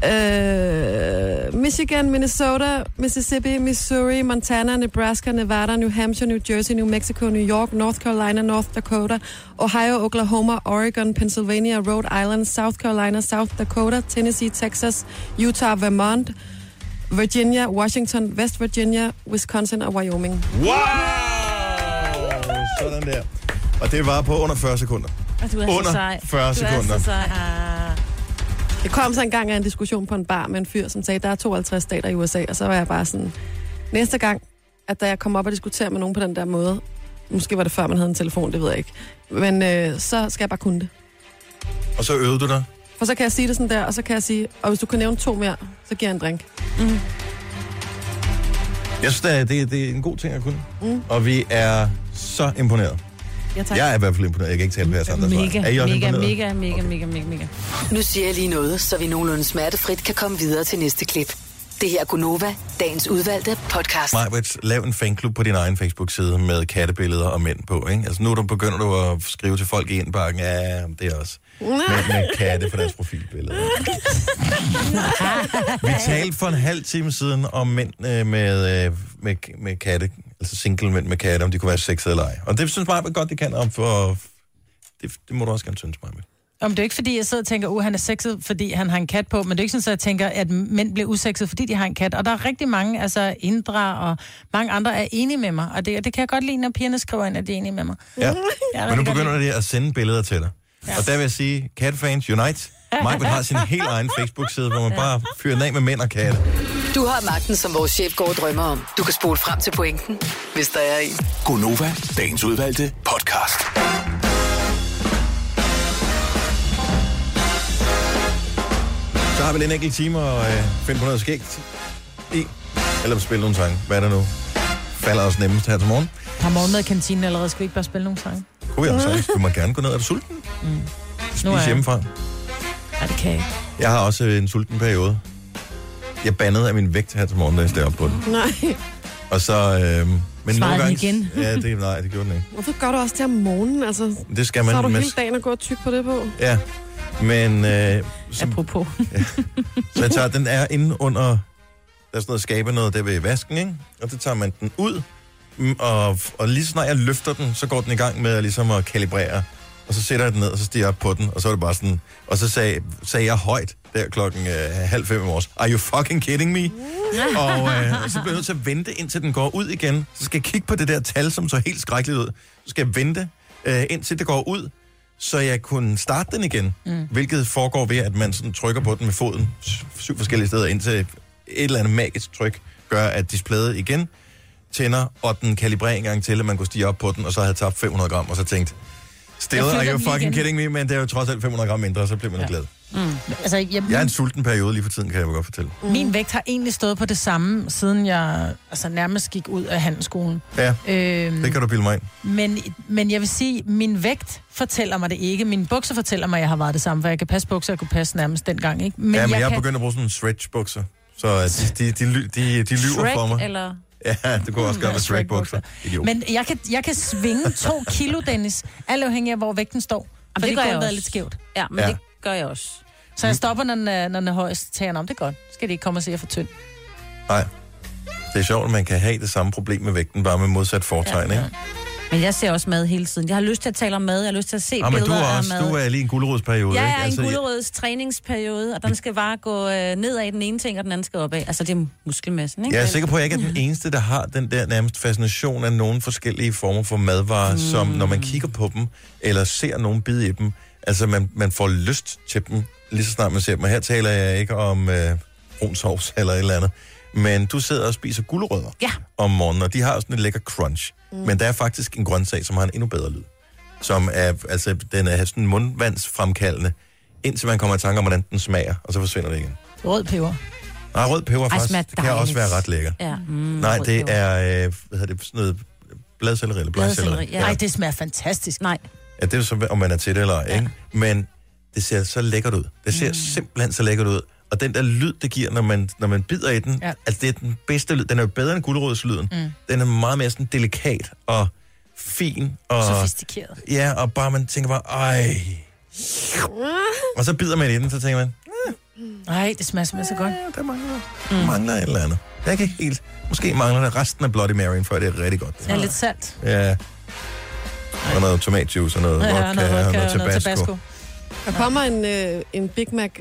Speaker 4: øh, Michigan, Minnesota, Mississippi, Missouri, Montana, Nebraska, Nevada, New Hampshire, New Jersey, New Mexico, New York, North Carolina, North Dakota, Ohio, Oklahoma, Oregon, Pennsylvania, Rhode Island, South Carolina, South Dakota, Tennessee, Texas, Utah, Vermont, Virginia, Washington, West Virginia, Wisconsin og Wyoming.
Speaker 1: Wow! Sådan der. Og det var på under 40 sekunder.
Speaker 2: Og du er
Speaker 1: Under
Speaker 2: så sej.
Speaker 1: 40
Speaker 2: Du
Speaker 1: sekunder.
Speaker 2: er så sej. Ah.
Speaker 4: Det kom så engang af en diskussion på en bar med en fyr, som sagde, der er 52 stater i USA, og så var jeg bare sådan, næste gang, at da jeg kom op og diskuterer med nogen på den der måde, måske var det før, man havde en telefon, det ved jeg ikke, men øh, så skal jeg bare kunne det.
Speaker 1: Og så øvede du dig.
Speaker 4: For så kan jeg sige det sådan der, og så kan jeg sige, og hvis du kan nævne to mere, så giver jeg en drink.
Speaker 2: Mm-hmm.
Speaker 1: Jeg synes, da, det, det er en god ting at kunne. Mm. Og vi er så imponeret.
Speaker 4: Ja, tak.
Speaker 1: Jeg er i hvert fald imponeret. Jeg kan ikke tale med jeres andre
Speaker 2: Mega,
Speaker 1: Er I også
Speaker 2: mega,
Speaker 1: imponeret?
Speaker 2: mega, mega, mega, mega, mega.
Speaker 6: Nu siger jeg lige noget, så vi nogenlunde smertefrit kan komme videre til næste klip. Det her er Gunova, dagens udvalgte podcast.
Speaker 1: Majbrits, lav en fanklub på din egen Facebook-side med kattebilleder og mænd på, ikke? Altså nu er du begynder du at skrive til folk i indbakken, ja, det er også mænd med katte på deres profilbilleder. Vi talte for en halv time siden om mænd øh, med, øh, med, med katte, altså single mænd med katte, om de kunne være sexede eller ej. Og det synes Majbrit godt, det kan, og for, det, det må du også gerne synes, Majbrit.
Speaker 3: Om det er ikke, fordi jeg sidder og tænker, at han er sexet, fordi han har en kat på, men det er ikke sådan, at jeg tænker, at mænd bliver usexet, fordi de har en kat. Og der er rigtig mange, altså Indra og mange andre, er enige med mig. Og det, og det kan jeg godt lide, når pigerne skriver ind, at de er enige med mig.
Speaker 1: Ja.
Speaker 3: Ja,
Speaker 1: Men nu
Speaker 3: rigtig
Speaker 1: begynder de at sende billeder til dig. Ja. Og der vil jeg sige, Catfans Unite, Mike har sin helt egen Facebook-side, hvor man bare fyrer den af med mænd og katte.
Speaker 6: Du har magten, som vores chef går og drømmer om. Du kan spole frem til pointen, hvis der er en.
Speaker 5: Gonova, dagens udvalgte podcast.
Speaker 1: Så har vi en enkelt time og øh, finde på noget skægt i. Eller spille nogle sange. Hvad er der nu? Falder os nemmest her til morgen.
Speaker 3: Har morgenmad i kantinen allerede, skal vi ikke bare spille nogle sange?
Speaker 1: Kunne vi også Du må gerne gå ned. Er du sulten?
Speaker 3: Nu
Speaker 1: Spis
Speaker 3: er jeg.
Speaker 1: hjemmefra.
Speaker 3: Nej, det kan jeg ikke.
Speaker 1: Jeg har også en sulten periode. Jeg bandede af min vægt her til morgen, da jeg stod op på den.
Speaker 4: Nej.
Speaker 1: Og så... Øh, men
Speaker 4: Svarede den
Speaker 1: nogle gange,
Speaker 4: igen?
Speaker 1: ja, det, nej, det gjorde den ikke.
Speaker 4: Hvorfor gør du også det om morgenen? Altså,
Speaker 1: Det skal man
Speaker 4: så har du
Speaker 1: med-
Speaker 4: hele dagen at gå og tykke på det på.
Speaker 1: Ja, men... Øh, som,
Speaker 3: Apropos.
Speaker 1: ja. Så jeg tager, den er inde under... Der er sådan noget skabe noget der ved vasken, ikke? Og så tager man den ud, mm, og, og lige så snart jeg løfter den, så går den i gang med at, ligesom at kalibrere. Og så sætter jeg den ned, og så stiger jeg op på den, og så er det bare sådan... Og så sagde, sagde jeg højt der klokken øh, halv fem i morges, Are you fucking kidding me? og øh, så bliver jeg nødt til at vente, indtil den går ud igen. Så skal jeg kigge på det der tal, som så helt skrækkeligt ud. Så skal jeg vente, øh, indtil det går ud, så jeg kunne starte den igen. Mm. Hvilket foregår ved, at man sådan trykker på den med foden s- syv forskellige steder, indtil et eller andet magisk tryk gør, at displayet igen tænder, og den kalibrerer en gang til, at man kunne stige op på den, og så havde tabt 500 gram, og så tænkt, still,
Speaker 3: Jeg flytter
Speaker 1: are you
Speaker 3: den lige
Speaker 1: fucking
Speaker 3: igen."
Speaker 1: kidding me? Men det er jo trods alt 500 gram mindre, og så bliver man ja. glad.
Speaker 3: Mm. Altså, jeg,
Speaker 1: Jeg er i en sulten periode lige for tiden, kan jeg godt fortælle.
Speaker 3: Min vægt har egentlig stået på det samme, siden jeg altså, nærmest gik ud af handelsskolen.
Speaker 1: Ja,
Speaker 3: Øhm,
Speaker 1: det kan du bilde mig ind.
Speaker 3: Men, men jeg vil sige, min vægt fortæller mig det ikke. Min bukser fortæller mig, at jeg har været det samme, for jeg kan passe bukser, jeg kunne passe nærmest dengang. Ikke?
Speaker 1: Men ja, men jeg, jeg er
Speaker 3: kan...
Speaker 1: begyndt at bruge sådan nogle stretchbukser. Så at de, de, de, ly- de, de lyver
Speaker 3: Shrek,
Speaker 1: for mig.
Speaker 3: eller...
Speaker 1: Ja, det kunne også godt være Shrek-bukser. Idiot.
Speaker 3: Men jeg kan, jeg kan svinge to kilo, Dennis, alt afhængig af, hvor vægten står.
Speaker 2: det gør
Speaker 3: For det, det
Speaker 2: jeg
Speaker 3: kunne have været
Speaker 2: også.
Speaker 3: lidt skævt.
Speaker 2: Ja,
Speaker 1: men Ja. det
Speaker 3: gør jeg også. Så jeg stopper, når den er, når den er højst, tager jeg om det er godt. Skal det ikke komme og se, at jeg er for tynd.
Speaker 1: Nej. Det er sjovt, at man kan have det samme problem med vægten, bare med modsat fortegn, ikke?
Speaker 2: Men jeg ser også mad hele tiden. Jeg har lyst til at tale om mad. Jeg har lyst til at se
Speaker 1: Ja, Ah, men du
Speaker 2: billeder
Speaker 1: er,
Speaker 2: af
Speaker 1: også,
Speaker 2: mad.
Speaker 1: du er lige i en gulerodsperiode,
Speaker 2: jeg
Speaker 1: ikke? Altså,
Speaker 2: er i en gulerøds træningsperiode, og den skal bare gå øh, nedad i den ene ting, og den anden skal opad. Altså, det er muskelmassen, ikke?
Speaker 1: jeg er sikker på, at jeg ikke er den eneste, der har den der nærmest fascination af nogle forskellige former for madvarer, mm. som når man kigger på dem, eller ser nogen bide i dem, altså man, man får lyst til dem, lige så snart man ser dem. Og her taler jeg ikke om øh, brun sovs eller et eller andet. Men du sidder og spiser gulerødder
Speaker 2: Ja.
Speaker 1: om morgenen, og de har sådan et lækker crunch. Mm. Men der er faktisk en grøntsag, som har en endnu bedre lyd. Som er, altså, den er sådan mundvandsfremkaldende, indtil man kommer i tanke om, hvordan den smager, og så forsvinder det igen.
Speaker 3: Rød peber.
Speaker 1: Nej, rød peber er
Speaker 2: Ej,
Speaker 1: faktisk,
Speaker 2: smager
Speaker 1: det kan også
Speaker 2: dejligt.
Speaker 1: være ret lækker.
Speaker 2: Ja. Mm,
Speaker 1: Nej,
Speaker 2: rød
Speaker 1: det
Speaker 2: peber.
Speaker 1: er, øh, hvad hedder det, sådan noget bladcelleri eller bladcelleri.
Speaker 2: Bladselleri,
Speaker 1: Ja.
Speaker 2: ja.
Speaker 3: Nej, det smager fantastisk.
Speaker 2: Nej.
Speaker 1: ja, det er jo så, om man er til det eller ej, ikke? Men det ser så lækkert ud. Det ser mm. simpelthen så lækkert ud. Og den der lyd, det giver, når man, når man bider i den,
Speaker 3: Ja.
Speaker 1: ja. altså det er den bedste lyd. Den er jo bedre end gulerodslyden. Mm. Den er meget mere sådan delikat og fin. Og,
Speaker 3: Sofistikeret.
Speaker 1: ja, og bare man tænker bare, ej. Og så bider man i den, så tænker man,
Speaker 3: Nej, det smager simpelthen så godt.
Speaker 1: der mangler, mm. mangler et eller andet. Jeg kan ikke helt, måske mangler der resten af Bloody Mary'en, før det er rigtig godt.
Speaker 3: Det er lidt salt.
Speaker 1: Ja. Og noget tomatjuice og noget
Speaker 3: Ja,
Speaker 1: vodka,
Speaker 3: noget vodka
Speaker 1: og noget
Speaker 3: og noget
Speaker 1: tabasco.
Speaker 3: tabasco.
Speaker 4: Der kommer en, øh, en Big Mac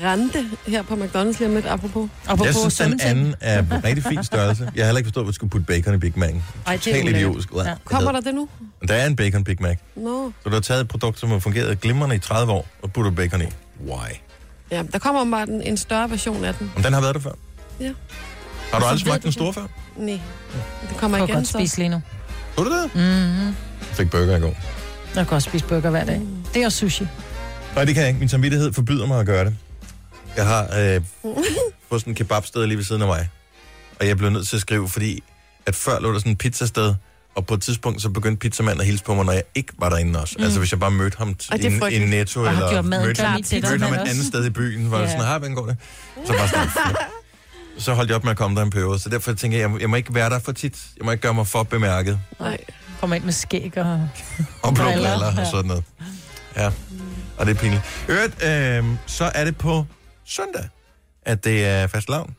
Speaker 4: Grande her på McDonald's lige om lidt, apropos.
Speaker 3: Apropos
Speaker 1: Jeg synes, den
Speaker 3: sunde ting.
Speaker 1: anden er en rigtig fin størrelse. Jeg har heller ikke forstået, at man skulle putte bacon i Big Mac.
Speaker 3: Ej, det er
Speaker 1: Helt
Speaker 3: ulækkert.
Speaker 1: idiotisk. Ja.
Speaker 3: Ja.
Speaker 4: Kommer der det nu?
Speaker 1: Der er en bacon Big Mac.
Speaker 4: Nå. No.
Speaker 1: Så du har taget et produkt, som har fungeret glimrende i 30 år, og putter bacon i. Why?
Speaker 4: Ja, der kommer bare en, en større version af den.
Speaker 1: Men den har været der før.
Speaker 4: Ja.
Speaker 1: Har du aldrig
Speaker 4: ved
Speaker 1: smagt
Speaker 4: du
Speaker 1: den
Speaker 4: det?
Speaker 1: store før?
Speaker 4: Nej. Det kommer
Speaker 3: Jeg kan
Speaker 4: igen,
Speaker 3: godt
Speaker 4: så.
Speaker 3: spise lige nu.
Speaker 1: Kunne du det?
Speaker 3: Mm-hmm.
Speaker 1: Jeg fik burger i går.
Speaker 3: Jeg kan godt spise burger hver dag. Det er også sushi.
Speaker 1: Nej, det kan jeg ikke. Min samvittighed forbyder mig at gøre det. Jeg har øh, fået sådan en kebabsted lige ved siden af mig. Og jeg blev nødt til at skrive, fordi at før lå der sådan en pizzasted, og på et tidspunkt så begyndte pizzamanden at hilse på mig, når jeg ikke var derinde også. Mm. Altså hvis jeg bare mødte ham t-
Speaker 4: Ej, det er
Speaker 1: i, i
Speaker 4: frygteligt.
Speaker 1: Netto,
Speaker 2: Og har
Speaker 1: eller
Speaker 2: gjort maden
Speaker 1: mødte,
Speaker 2: klar til
Speaker 1: mødte,
Speaker 2: dig,
Speaker 1: mødte ham
Speaker 2: men
Speaker 1: et andet
Speaker 2: også-
Speaker 1: sted i byen, hvor yeah.
Speaker 2: Ja.
Speaker 1: sådan, hej, hvordan går det? Så, bare sådan, så holdt jeg op med at komme der en periode. Så derfor tænker jeg, jeg må, jeg må ikke være der for tit. Jeg må ikke gøre mig for bemærket.
Speaker 4: Nej.
Speaker 3: Kommer ind med skæg og...
Speaker 1: Og blå
Speaker 3: Briller,
Speaker 1: briller og
Speaker 3: ja.
Speaker 1: sådan noget. Ja, og det er pinligt. Øvrigt, øh, så er det på søndag, at det er fast lavn.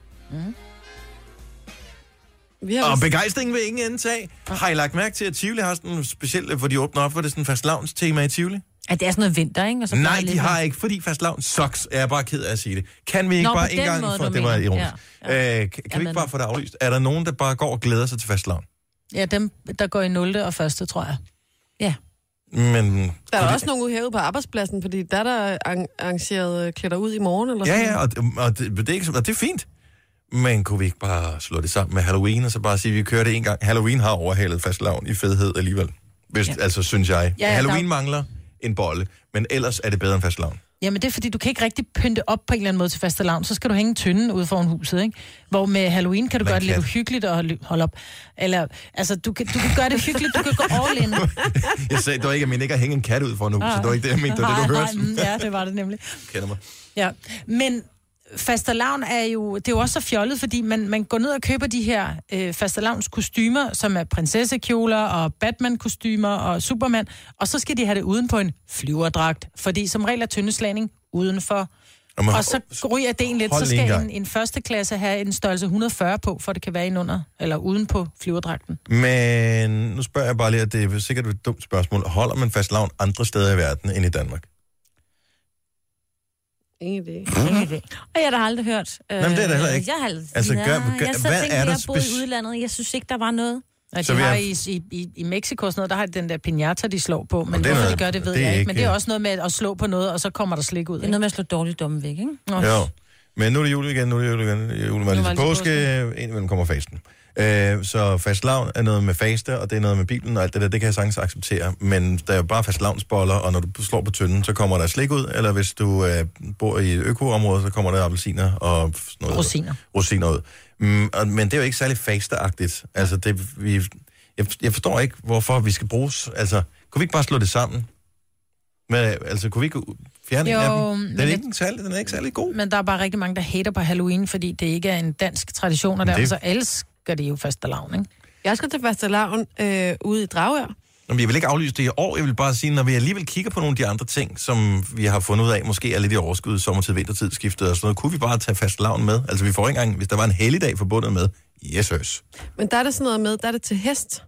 Speaker 4: Vi har
Speaker 1: Og
Speaker 4: vist-
Speaker 1: begejstringen vil ingen ende tage. Har I lagt mærke til, at Tivoli har sådan specielt, hvor de åbner op, hvor det er sådan fast lavns tema i Tivoli?
Speaker 2: At det er sådan noget vinter, ikke? Og så
Speaker 1: Nej, de har ikke, fordi fastlavn sucks. Jeg er bare ked af at sige det. Kan vi ikke
Speaker 2: Nå, på
Speaker 1: bare en
Speaker 2: den
Speaker 1: gang...
Speaker 2: måde,
Speaker 1: for,
Speaker 2: du
Speaker 1: det var
Speaker 2: mener.
Speaker 1: ironisk.
Speaker 2: Ja,
Speaker 1: Ja, ja. Øh, kan, kan vi ikke bare få det aflyst? Er der nogen, der bare går og glæder sig til fastlavn?
Speaker 3: Ja, dem, der går i 0. og første, tror jeg.
Speaker 1: Men...
Speaker 4: Der er
Speaker 1: fordi-
Speaker 4: da også nogen herude på arbejdspladsen, fordi der er der arran- arrangeret øh, klæder ud i morgen. Eller
Speaker 1: Ja,
Speaker 4: sådan.
Speaker 1: ja, og, og, det, det er ikke, så- og det er fint. Men kunne vi ikke bare slå det sammen med Halloween, og så bare sige, at vi kører det en gang? Halloween har overhalet fastlavn i fedhed alligevel. Hvis, ja. Altså, synes jeg.
Speaker 3: Ja,
Speaker 1: Ja,
Speaker 3: ja,
Speaker 1: ja, Halloween
Speaker 3: der-
Speaker 1: mangler en bolle, men ellers er det bedre end fastlavn.
Speaker 3: Jamen det er fordi, du kan ikke rigtig pynte op på en eller anden måde til faste lavn. Så skal du hænge tynden ude foran huset, ikke? Hvor med Halloween kan du
Speaker 1: Man
Speaker 3: gøre det lidt
Speaker 1: kan.
Speaker 3: uhyggeligt og holde- holde op. Eller, altså, du kan, du kan gøre det hyggeligt, du kan gå all in.
Speaker 1: Jeg sagde, det var ikke, jeg mente ikke at hænge en kat ud for nu, så det var ikke det, jeg mente, det var det, du
Speaker 3: Nej,
Speaker 1: hørte.
Speaker 3: nej, mm, Ja, det var det nemlig.
Speaker 1: Du kender mig.
Speaker 3: Ja. Men fastelavn er jo, det er jo også så fjollet, fordi man, man går ned og køber de her øh, fastelavns kostymer, som er prinsessekjoler og Batman-kostymer og Superman, og så skal de have det uden på en flyverdragt, fordi som regel er tyndeslagning udenfor.
Speaker 1: Jamen,
Speaker 3: og så ryger den lidt,
Speaker 1: hold
Speaker 3: så
Speaker 1: lige en
Speaker 3: skal en,
Speaker 1: gang.
Speaker 3: en første klasse have en størrelse 140 på, for det kan være indenunder, eller uden på flyverdragten.
Speaker 1: Men nu spørger jeg bare lige, at det er sikkert et dumt spørgsmål. Holder man fastlavn andre steder i verden end i Danmark?
Speaker 4: Ingen idé.
Speaker 2: Og jeg har da aldrig hørt. Øh,
Speaker 1: Jamen, det er der heller ikke.
Speaker 2: Jeg har aldrig,
Speaker 1: Altså,
Speaker 2: altså,
Speaker 1: gør-
Speaker 2: gør,
Speaker 1: gør-
Speaker 2: jeg så
Speaker 1: hvad
Speaker 2: tænkte,
Speaker 1: er
Speaker 2: at
Speaker 1: der
Speaker 2: jeg boede
Speaker 1: speci-
Speaker 2: i udlandet. Jeg synes ikke, der var noget. Altså,
Speaker 3: Og
Speaker 1: Så
Speaker 3: de
Speaker 1: vil
Speaker 3: har
Speaker 1: jeg-
Speaker 3: i, i, i, i Mexico og sådan noget, der har de den der piñata, de slår på. Men
Speaker 1: det er
Speaker 3: hvorfor de
Speaker 1: noget-
Speaker 3: gør det, ved
Speaker 1: det er
Speaker 3: jeg ikke.
Speaker 1: ikke-
Speaker 3: Men det er også noget med at slå på noget, og så kommer der slik ud.
Speaker 2: Det er noget med at slå dårligt dumme væk, ikke?
Speaker 3: Nå. ligesom
Speaker 1: Jo. Men nu er det jul igen, nu er det jul igen. Julen var lige til påske, indimellem kommer fasten. Øh, så fastlavn er noget med faste, og det er noget med Bibelen og alt det der, det kan jeg sagtens acceptere. Men der er jo bare fastlavnsboller, og når du slår på tynden, så kommer der slik ud, eller hvis du øh, bor i et økoområde, så kommer der appelsiner og sådan noget.
Speaker 3: Rosiner.
Speaker 1: Rosiner ud. Mm, og, men det er jo ikke særlig fasteagtigt. Altså, det, vi, jeg, jeg forstår ikke, hvorfor vi skal bruges. Altså, kunne vi ikke bare slå det sammen? Men, altså, kunne vi ikke fjerne en
Speaker 3: Jo,
Speaker 1: af dem? Den
Speaker 3: men
Speaker 1: er,
Speaker 3: jeg-
Speaker 1: ikke særlig, den er ikke særlig god.
Speaker 3: Men der er bare rigtig mange, der hater på Halloween, fordi det ikke er en dansk tradition, og
Speaker 1: Men det-
Speaker 3: derfor så elsker de jo fastelavn, ikke?
Speaker 4: Jeg skal til fastelavn øh, ude i Dragør.
Speaker 1: Nå, men jeg vil ikke aflyse det i år. Jeg vil bare sige, når vi alligevel kigger på nogle af de andre ting, som vi har fundet ud af, måske er lidt i overskud, sommertid, vintertid, skiftet og sådan noget, kunne vi bare tage fast lavn med? Altså, vi får ikke engang, hvis der var en helligdag forbundet med, yes, yes.
Speaker 4: Men der er det sådan noget med, der er det til hest.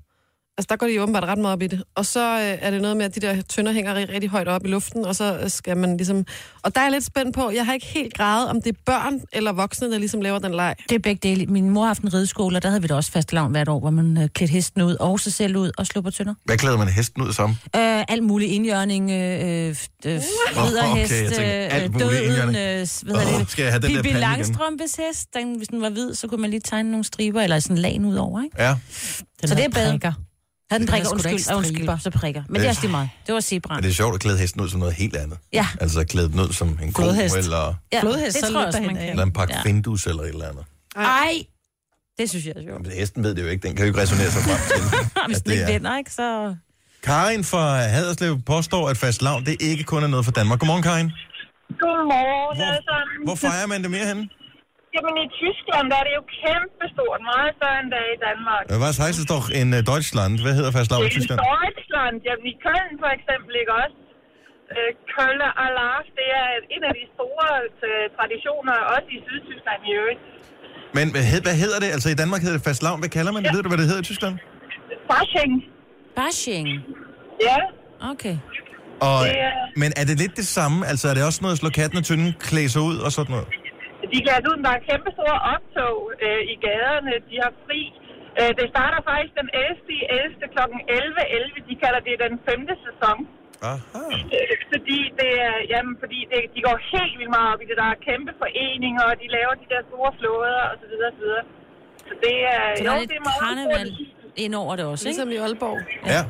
Speaker 4: Altså, der går de åbenbart ret meget op i det. Og så øh, er det noget med, at de der tønder hænger ri- rigtig højt op i luften, og så øh, skal man ligesom... Og der er jeg lidt spændt på, jeg har ikke helt gradet, om det er børn eller voksne, der ligesom laver den leg.
Speaker 2: Det er begge dele. Min mor har haft en rideskole, og der havde vi da også fastelavn hvert år, hvor man øh, klædte hesten ud og sig selv ud og slog på tønder.
Speaker 1: Hvad klæder man hesten ud som?
Speaker 2: Øh, alt muligt indjørning, øh, øh, f- øh, ridderhest,
Speaker 1: okay, jeg tænker,
Speaker 2: øh,
Speaker 1: alt
Speaker 2: øh,
Speaker 1: muligt
Speaker 2: døden,
Speaker 1: indjørning.
Speaker 2: øh, s- hvad hedder
Speaker 1: Åh,
Speaker 2: det?
Speaker 1: skal jeg have den der
Speaker 2: Pippi
Speaker 1: pande igen?
Speaker 2: Langstrømpes hest, den, hvis den var hvid, så kunne man lige tegne nogle striber, eller sådan en lagen ud over, ikke?
Speaker 1: Ja,
Speaker 2: så det er bedre.
Speaker 3: Prikker.
Speaker 2: Havde den
Speaker 3: Den
Speaker 2: prikker,
Speaker 3: er sgu da ikke
Speaker 2: undskyld, ah, undskyld,
Speaker 3: striber.
Speaker 2: så prikker. Men det er også lige meget. Det var zebra.
Speaker 1: men det er sjovt at klæde hesten ud som noget helt andet.
Speaker 2: Ja.
Speaker 1: Altså, klæde den ud som en ko,
Speaker 3: Flodhest.
Speaker 1: eller,
Speaker 2: Ja,
Speaker 3: Flodhest,
Speaker 2: det
Speaker 3: så
Speaker 2: tror jeg også,
Speaker 3: løber
Speaker 2: man
Speaker 3: han af.
Speaker 2: kan.
Speaker 1: eller en pakke
Speaker 2: Ja.
Speaker 1: ja. findus, eller et eller andet.
Speaker 2: Ej! Det synes jeg er sjovt.
Speaker 1: Men hesten ved det jo ikke, den kan jo ikke resonere sig frem til.
Speaker 2: Hvis
Speaker 1: at
Speaker 2: den
Speaker 1: det
Speaker 2: ikke
Speaker 1: er.
Speaker 2: vinder, ikke, så...
Speaker 1: Karin fra Haderslev påstår, at fast lavn, det ikke kun er noget for Danmark. Godmorgen, Karin.
Speaker 7: Godmorgen,
Speaker 1: Hvor-
Speaker 7: alle sammen.
Speaker 1: Hvor fejrer man det mere henne?
Speaker 7: Jamen, i Tyskland, der er det jo kæmpestort, meget større end der er i Danmark.
Speaker 1: Øh, Was heißt es doch in øh, Deutschland? Hvad hedder fast lavn i
Speaker 7: I
Speaker 1: Tyskland?
Speaker 7: Deutschland, ja, i Køln for eksempel, ikke også? Øh, Kölner Alarf, det er en af de store øh, traditioner, også i Sydtyskland i øvrigt.
Speaker 1: Men hvad, hed- hvad hedder det? Altså i Danmark hedder det fastlavn. Hvad kalder man det? Ja. Ved du, hvad det hedder i Tyskland?
Speaker 7: Fasching,
Speaker 2: Bashing.
Speaker 7: ja.
Speaker 2: Okay.
Speaker 1: Og,
Speaker 7: Det
Speaker 1: ja.
Speaker 7: er-
Speaker 1: Men er det lidt det samme? Altså er det også noget at slå katten og tynden, klæde sig ud og sådan noget?
Speaker 7: De kan altså ud, der er kæmpe store optog øh, i gaderne, de har fri. Øh, det starter faktisk den 11. i 11. kl. 11.11, 11. de kalder det den femte sæson.
Speaker 1: Aha.
Speaker 7: Øh, Fordi, det er, jamen, fordi det, de går helt vildt meget op i det. Der er kæmpe foreninger, og de laver de der store flåder og Så, videre, og så, videre. så det er...
Speaker 2: Så
Speaker 7: jo,
Speaker 2: der er lidt
Speaker 7: det meget
Speaker 2: karneval
Speaker 7: utroligt.
Speaker 2: ind over det også, ikke?
Speaker 4: Ligesom i Aalborg.
Speaker 1: Ja.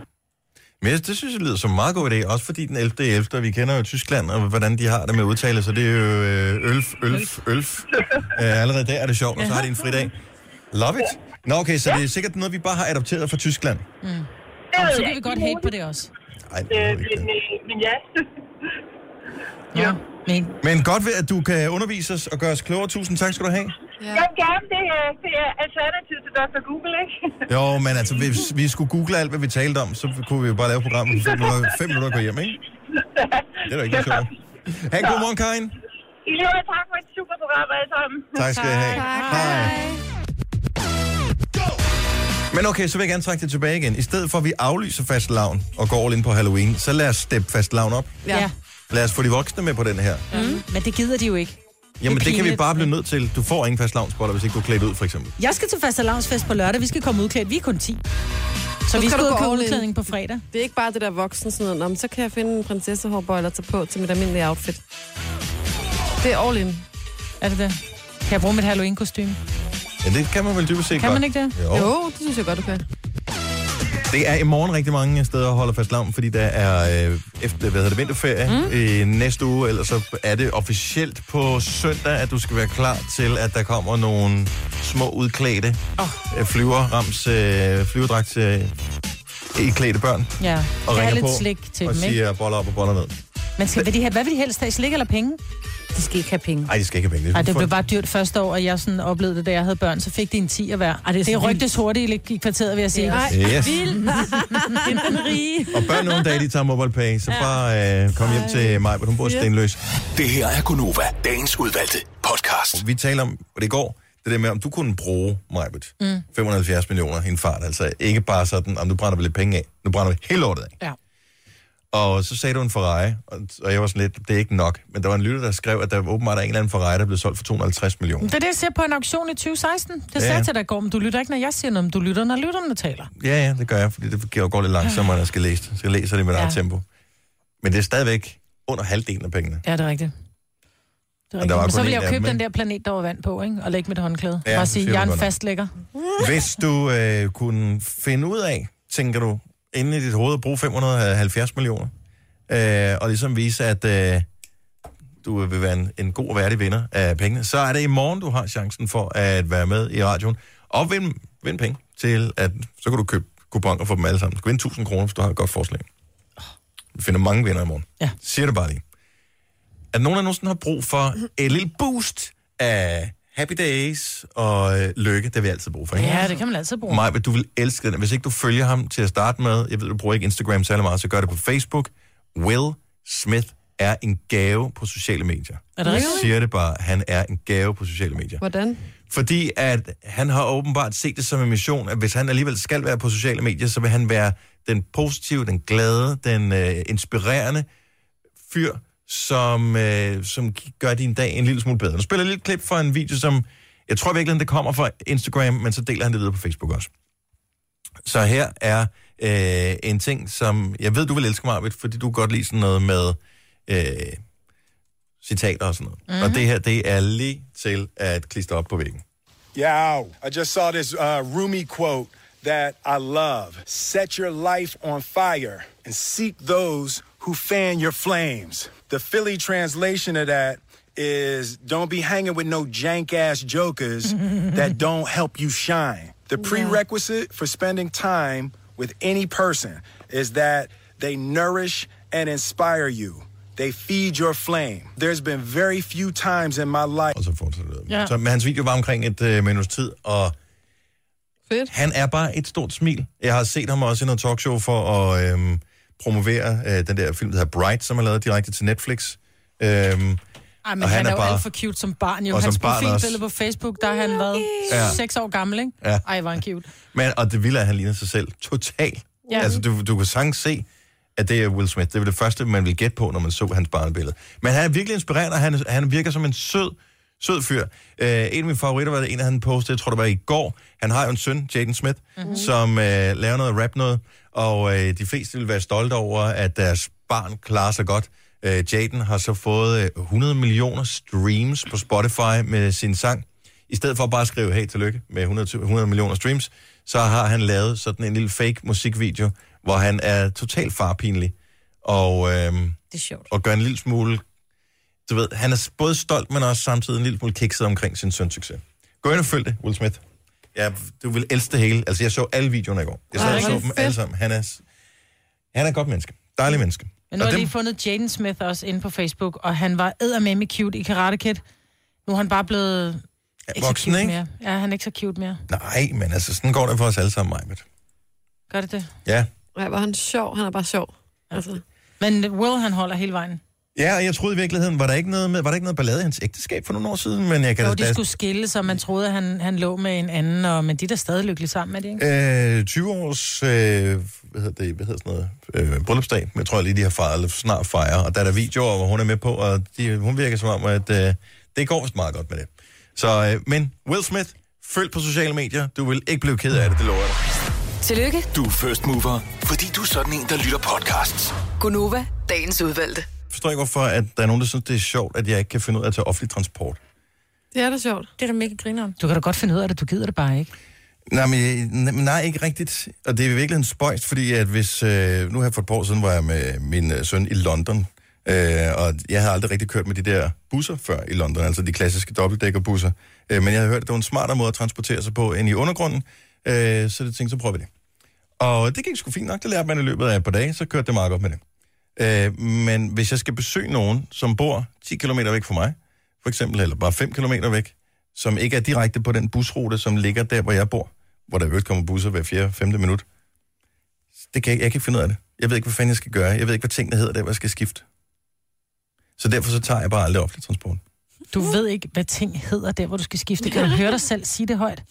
Speaker 1: Men jeg- det synes jeg lyder som en meget god idé, også fordi den 11. 11. Vi kender jo Tyskland, og hvordan de har det med udtale, så det er jo øh, ølf, ølf, ølf. Øh, allerede der er det sjovt, og så har de en fridag. Love it. Nå okay, så det er sikkert noget, vi bare har adopteret fra Tyskland.
Speaker 7: Det ved
Speaker 3: Mm. Så
Speaker 7: jeg
Speaker 3: kan vi
Speaker 7: ikke,
Speaker 3: godt
Speaker 7: det er
Speaker 3: hate på
Speaker 7: muligt.
Speaker 3: det også.
Speaker 1: Ej, det
Speaker 7: Øh,
Speaker 1: er ikke
Speaker 7: men,
Speaker 1: det.
Speaker 7: øh, men ja.
Speaker 3: Ja. Men
Speaker 1: Men godt ved, at du kan undervise os og gøre os klogere. Tusind tak skal du have.
Speaker 7: ja. gerne, det er, det er alternativet til Dr. Google, ikke?
Speaker 1: Jo, men altså, hvis vi skulle google alt, hvad vi talte om, så kunne vi jo bare lave programmet på 5 minutter, 5 minutter og gå hjem, ikke? Det er da ikke sjovt. Ha' en god morgen, Karin.
Speaker 7: I lige måde, tak for et super program, alle sammen.
Speaker 1: Tak skal I have. Hej. Men okay, så vil jeg gerne trække det tilbage igen. I stedet for, at vi aflyser fast lavn og går all in på Halloween, så lad os steppe fast lavn op.
Speaker 2: Ja. ja.
Speaker 1: Lad os få de voksne med på den her.
Speaker 2: Mm. Men det gider de jo ikke.
Speaker 1: Jamen,
Speaker 2: Det
Speaker 1: det,
Speaker 2: er
Speaker 1: det kan vi
Speaker 2: pinligt.
Speaker 1: bare blive nødt til. Du får ingen fast lavnsboller, hvis ikke du er klædt ud, for eksempel.
Speaker 2: Jeg skal til fastelavnsfest på lørdag. Vi skal komme udklædt. Vi er kun 10. Så
Speaker 4: skal
Speaker 2: vi skal ud
Speaker 4: du
Speaker 2: og
Speaker 4: gå
Speaker 2: købe
Speaker 4: all in.
Speaker 2: udklædning på fredag.
Speaker 4: Det er ikke bare det der voksen sådan noget. Nå, men så kan jeg finde en prinsessehårbøjler til på til mit almindelige outfit. Det er all in.
Speaker 3: Er det det? Kan jeg bruge mit Halloween-kostyme?
Speaker 1: Ja, det kan man vel dybest set
Speaker 3: Kan
Speaker 1: godt.
Speaker 3: man ikke det?
Speaker 1: Jo. jo.
Speaker 4: det synes jeg godt, du kan.
Speaker 1: Det er i morgen rigtig mange steder holder fast lavn, fordi der er øh, efter, hvad hedder det, vinterferie mm. øh, næste uge, eller så er det officielt på søndag, at du skal være klar til, at der kommer nogle små udklædte oh. øh, flyverrams, øh, flyverdragt øh, i klædte børn.
Speaker 3: Ja.
Speaker 1: Og
Speaker 3: jeg
Speaker 1: ringer
Speaker 3: har lidt
Speaker 1: på
Speaker 3: slik til
Speaker 1: og
Speaker 3: dem, ikke?
Speaker 1: siger boller op og boller ned.
Speaker 3: Men skal, vil, de have, hvad vil de helst have? Slik eller penge? De skal ikke have penge.
Speaker 1: Nej, de skal ikke have penge.
Speaker 3: Ej, det
Speaker 1: for-
Speaker 3: blev bare dyrt første år, og jeg sådan oplevede det, da jeg havde børn, så fik de en 10 hver. Ej,
Speaker 2: det er
Speaker 3: det,
Speaker 2: så
Speaker 3: det rygtes hurtigt i kvarteret, vil jeg sige.
Speaker 1: Nej, Yes. vildt.
Speaker 3: det er den rige.
Speaker 1: Og børn nogle dage, de tager mobile pay, så bare øh, kom hjem til mig, hvor hun bor i Stenløs.
Speaker 5: Det her er Gunova, dagens udvalgte podcast.
Speaker 1: Vi taler om, og det går, det der med, om du kunne bruge, Majbet, mm. 570 millioner i en fart. Altså ikke bare sådan, om du brænder vel lidt penge af. Nu brænder vi hele lortet af.
Speaker 3: Ja.
Speaker 1: Og så sagde du en Ferrari, og, og jeg var sådan lidt, det er ikke nok. Men der var en lytter, der skrev, at der åbenbart er en eller anden Ferrari, der blev solgt for 250 millioner.
Speaker 3: Det er det, jeg ser på en auktion i 2016. Det sagde
Speaker 1: Ja.
Speaker 3: jeg til dig i går, men du lytter ikke, når jeg siger noget, men du lytter, når lytterne taler.
Speaker 1: Ja, ja, det gør jeg, fordi det går- går lidt langsommere, når jeg skal læse det. Så jeg læser det i mit
Speaker 3: Ja.
Speaker 1: eget tempo. Men det er stadigvæk under halvdelen af pengene.
Speaker 3: Ja, det er rigtigt. Det er
Speaker 1: der
Speaker 3: rigtigt.
Speaker 1: var
Speaker 3: Men
Speaker 1: kun
Speaker 3: så vil
Speaker 1: en
Speaker 3: jeg jo
Speaker 1: af
Speaker 3: købe
Speaker 1: dem,
Speaker 3: den
Speaker 1: ikke?
Speaker 3: der planet, der var vand på, ikke? og lægge mit håndklæde.
Speaker 1: Ja,
Speaker 3: Ja, og
Speaker 1: det siger
Speaker 3: sige,
Speaker 1: du
Speaker 3: jeg er
Speaker 1: godt
Speaker 3: en
Speaker 1: nok.
Speaker 3: fastlægger.
Speaker 1: Hvis du øh, kunne finde ud af, tænker du, inden i dit hoved at bruge 570 millioner, øh, og ligesom vise, at øh, du vil være en, en god og værdig vinder af pengene, så er det i morgen, du har chancen for at være med i radioen og vinde, vinde penge til, at så kan du købe kuponer for dem alle sammen. Du kan vinde 1000 kroner, hvis du har et godt forslag. Vi finder mange vinder i morgen.
Speaker 3: Ja.
Speaker 1: Siger det bare lige. At nogen af nogensinde har brug for et lille boost af happy days og øh, lykke, det har vi altid brug for. Ikke?
Speaker 3: Ja, det kan man altid bruge.
Speaker 1: Maj, du vil elske den. Hvis ikke du følger ham til at starte med, jeg ved, du bruger ikke Instagram særlig meget, så gør det på Facebook. Will Smith er en gave på sociale medier.
Speaker 4: Er det rigtigt?
Speaker 1: Jeg siger det bare, han er en gave på sociale medier.
Speaker 4: Hvordan?
Speaker 1: Fordi at han har åbenbart set det som en mission, at hvis han alligevel skal være på sociale medier, så vil han være den positive, den glade, den øh, inspirerende fyr, som, øh, som gør din dag en lille smule bedre. Nu spiller jeg et lille klip fra en video, som jeg tror virkelig, det kommer fra Instagram, men så deler han det videre på Facebook også. Så her er øh, en ting, som jeg ved, du vil elske, Marvitt, fordi du kan godt lide sådan noget med øh, citater og sådan noget. Mm-hmm. Og det her, det er lige til at klistre op på væggen.
Speaker 11: Yeah, I just saw this uh, Rumi quote that I love. Set your life on fire and seek those who fan your flames. The Philly translation of that is don't be hanging with no jank ass jokers that don't help you shine. The prerequisite for spending time with any person is that they nourish and inspire you. They feed your flame. There's been very few times in my life.
Speaker 1: Ja. Så, men hans video var omkring et øh, minuts tid, og
Speaker 4: Fedt.
Speaker 1: han er bare et stort smil. Jeg har set ham også i noget talkshow for at øh, promovere øh, den der film, der hedder Bright, som er lavet direkte til Netflix. Øh,
Speaker 3: Ej, men
Speaker 1: Og
Speaker 3: han,
Speaker 1: han
Speaker 3: han er,
Speaker 1: er
Speaker 3: jo
Speaker 1: bare-
Speaker 3: alt for cute som barn. Jo.
Speaker 1: Og
Speaker 3: Hans
Speaker 1: som barn
Speaker 3: profilbillede
Speaker 1: også.
Speaker 3: på Facebook, der har han været
Speaker 1: Ja.
Speaker 3: 6 år gammel, ikke?
Speaker 1: Ja.
Speaker 3: Ej, var han cute.
Speaker 1: men, og det vilde er, at han ligner sig selv totalt. Ja.
Speaker 3: Ja.
Speaker 1: Altså, du, du kan sagtens se, at det er Will Smith. Det var det første, man ville gætte på, når man så hans barnebillede. Men han er virkelig inspirerende, og han, han virker som en sød, sød fyr. Uh, en af mine favoritter var det en, han postede, jeg tror det var i går. Han har jo en søn, Jaden Smith, mm-hmm. som uh, laver noget rap noget, og uh, de fleste vil være stolte over, at deres barn klarer sig godt. Uh, Jaden har så fået uh, 100 millioner streams på Spotify med sin sang. I stedet for bare at skrive, hey, tillykke med 100, 100 millioner streams, så har han lavet sådan en lille fake musikvideo, hvor han er totalt farpinlig. Og, øhm,
Speaker 2: Det er sjovt.
Speaker 1: og gør en lille smule... Du ved, han er både stolt, men også samtidig en lille smule kikset omkring sin søns succes. Gå ind og følg det, Will Smith. Ja, du vil elske det hele. Altså, jeg så alle videoerne i går. Jeg sad
Speaker 3: Ej,
Speaker 1: og så
Speaker 3: hvor
Speaker 1: dem
Speaker 3: fedt.
Speaker 1: alle sammen. Han er, s- han er et godt menneske. Dejlig menneske.
Speaker 3: Men nu
Speaker 1: Og
Speaker 3: har jeg
Speaker 1: dem-
Speaker 3: lige fundet Jaden Smith også inde på Facebook, og han var eddermame cute i Karate Kid. Nu er han bare blevet... Ikke
Speaker 1: voksen,
Speaker 3: så cute
Speaker 1: ikke?
Speaker 3: Mere. Ja, han er ikke så cute mere.
Speaker 1: Nej, men altså, sådan går det for os alle sammen, Majbet.
Speaker 3: Gør det det?
Speaker 1: Ja.
Speaker 4: Nej, var han sjov. Han er bare sjov. Altså.
Speaker 3: Men Will, han holder hele vejen.
Speaker 1: Ja, og jeg troede i virkeligheden, var der ikke noget, med, var der ikke noget ballade i hans ægteskab for nogle år siden? Men jeg kan
Speaker 3: Jo,
Speaker 1: da-
Speaker 3: de skulle skille, så man troede, at han, han lå med en anden, og, men de er da stadig lykkelige sammen, er det ikke?
Speaker 1: Øh, 20 års, øh, hvad hedder det, hvad hedder sådan noget, øh, bryllupsdag, men jeg tror lige, de har fejret, eller snart fejrer, og der er der videoer, hvor hun er med på, og de, hun virker som om, at øh, det går vist meget godt med det. Så, øh, men Will Smith, følg på sociale medier, du vil ikke blive ked af det, det lover jeg dig.
Speaker 6: Tillykke,
Speaker 5: Du er first mover, fordi du er sådan en, der lytter podcasts.
Speaker 6: Gunova, dagens udvalgte.
Speaker 1: Jeg forstår ikke, hvorfor at der er nogen, der synes, det er sjovt, at jeg ikke kan finde ud af at tage offentlig transport.
Speaker 4: Det er da sjovt.
Speaker 2: Det er da mega grineren.
Speaker 3: Du kan da godt finde ud af det, du gider det bare ikke.
Speaker 1: Nej, men jeg- nej, men nej, ikke rigtigt. Og det er virkelig en spøjst, fordi at hvis... Øh, nu her for et par år siden var jeg med min øh, søn i London, øh, og jeg havde aldrig rigtig kørt med de der busser før i London, altså de klassiske dobbeltdækkerbusser. Øh, men jeg havde hørt, at det var en smartere måde at transportere sig på end i undergrunden, øh, så det tænkte, så prøver vi det. Og det gik sgu fint nok, det lærte man i løbet af et par dage, så kørte det meget godt med det. Øh, men hvis jeg skal besøge nogen, som bor 10 km væk fra mig, for eksempel, eller bare 5 km væk, som ikke er direkte på den busrute, som ligger der, hvor jeg bor, hvor der i øvrigt kommer busser hver 4. 5. minut. Det kan jeg, jeg kan ikke finde ud af det. Jeg ved ikke, hvad fanden jeg skal gøre. Jeg ved ikke, hvad tingene hedder der, hvor jeg skal skifte. Så derfor så tager jeg bare aldrig offentlig transport.
Speaker 3: Du ved ikke, hvad ting hedder der, hvor du skal skifte. Kan du høre dig selv sige det højt?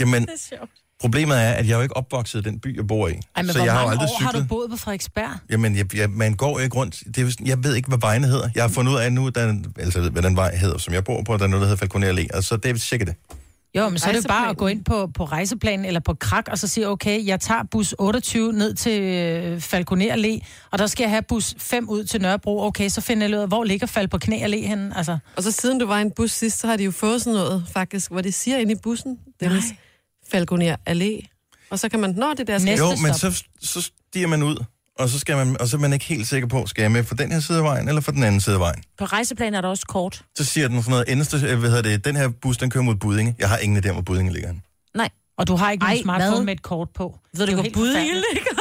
Speaker 1: Jamen,
Speaker 3: er sjovt.
Speaker 1: problemet er, at jeg er jo ikke opvokset i den by, jeg bor i.
Speaker 3: Ej, men
Speaker 1: så
Speaker 3: hvor
Speaker 1: jeg
Speaker 3: mange
Speaker 1: har jo
Speaker 3: år
Speaker 1: aldrig
Speaker 3: har
Speaker 1: cyklet.
Speaker 3: du boet på Frederiksberg?
Speaker 1: Jamen, jeg, jeg, man går jo ikke rundt. Det er, jo sådan- jeg ved ikke, hvad vejene hedder. Jeg har fundet ud af nu, der, er en- altså jeg ved, hvad den vej hedder, som jeg bor på, og der er noget, der hedder Falconer Allé, og så det er sikkert det.
Speaker 3: Jo, men så er det jo bare
Speaker 2: Rejseplanen.
Speaker 3: at gå ind på, på rejseplanen eller på krak, og så sige, okay, jeg tager bus 28 ned til øh, Falconer Allé, og der skal jeg have bus 5 ud til Nørrebro. Okay, så finder jeg ud af, hvor ligger Fald på Knæ Allé henne? Altså,
Speaker 4: Og så siden du var i en bus sidst, så har de jo fået sådan noget, faktisk, hvor de siger inde i bussen, Dennis, Falconer Allé. Og så kan man, nå, det der skal
Speaker 1: jo, men så, så stiger man ud, og så, skal man, og så er man ikke helt sikker på, skal jeg med på den her side af vejen, eller på den anden side af vejen.
Speaker 2: På rejseplanen er der også kort.
Speaker 1: Så siger den sådan noget, endeste, øh, hvad hedder det, den her bus, den kører mod Budinge. Jeg har ingen idé om, hvor Budinge ligger henne.
Speaker 2: Nej.
Speaker 3: Og du har ikke
Speaker 2: Ej,
Speaker 3: en smartphone
Speaker 2: hvad?
Speaker 3: med et kort på.
Speaker 2: Ved du, hvor Budinge ligger?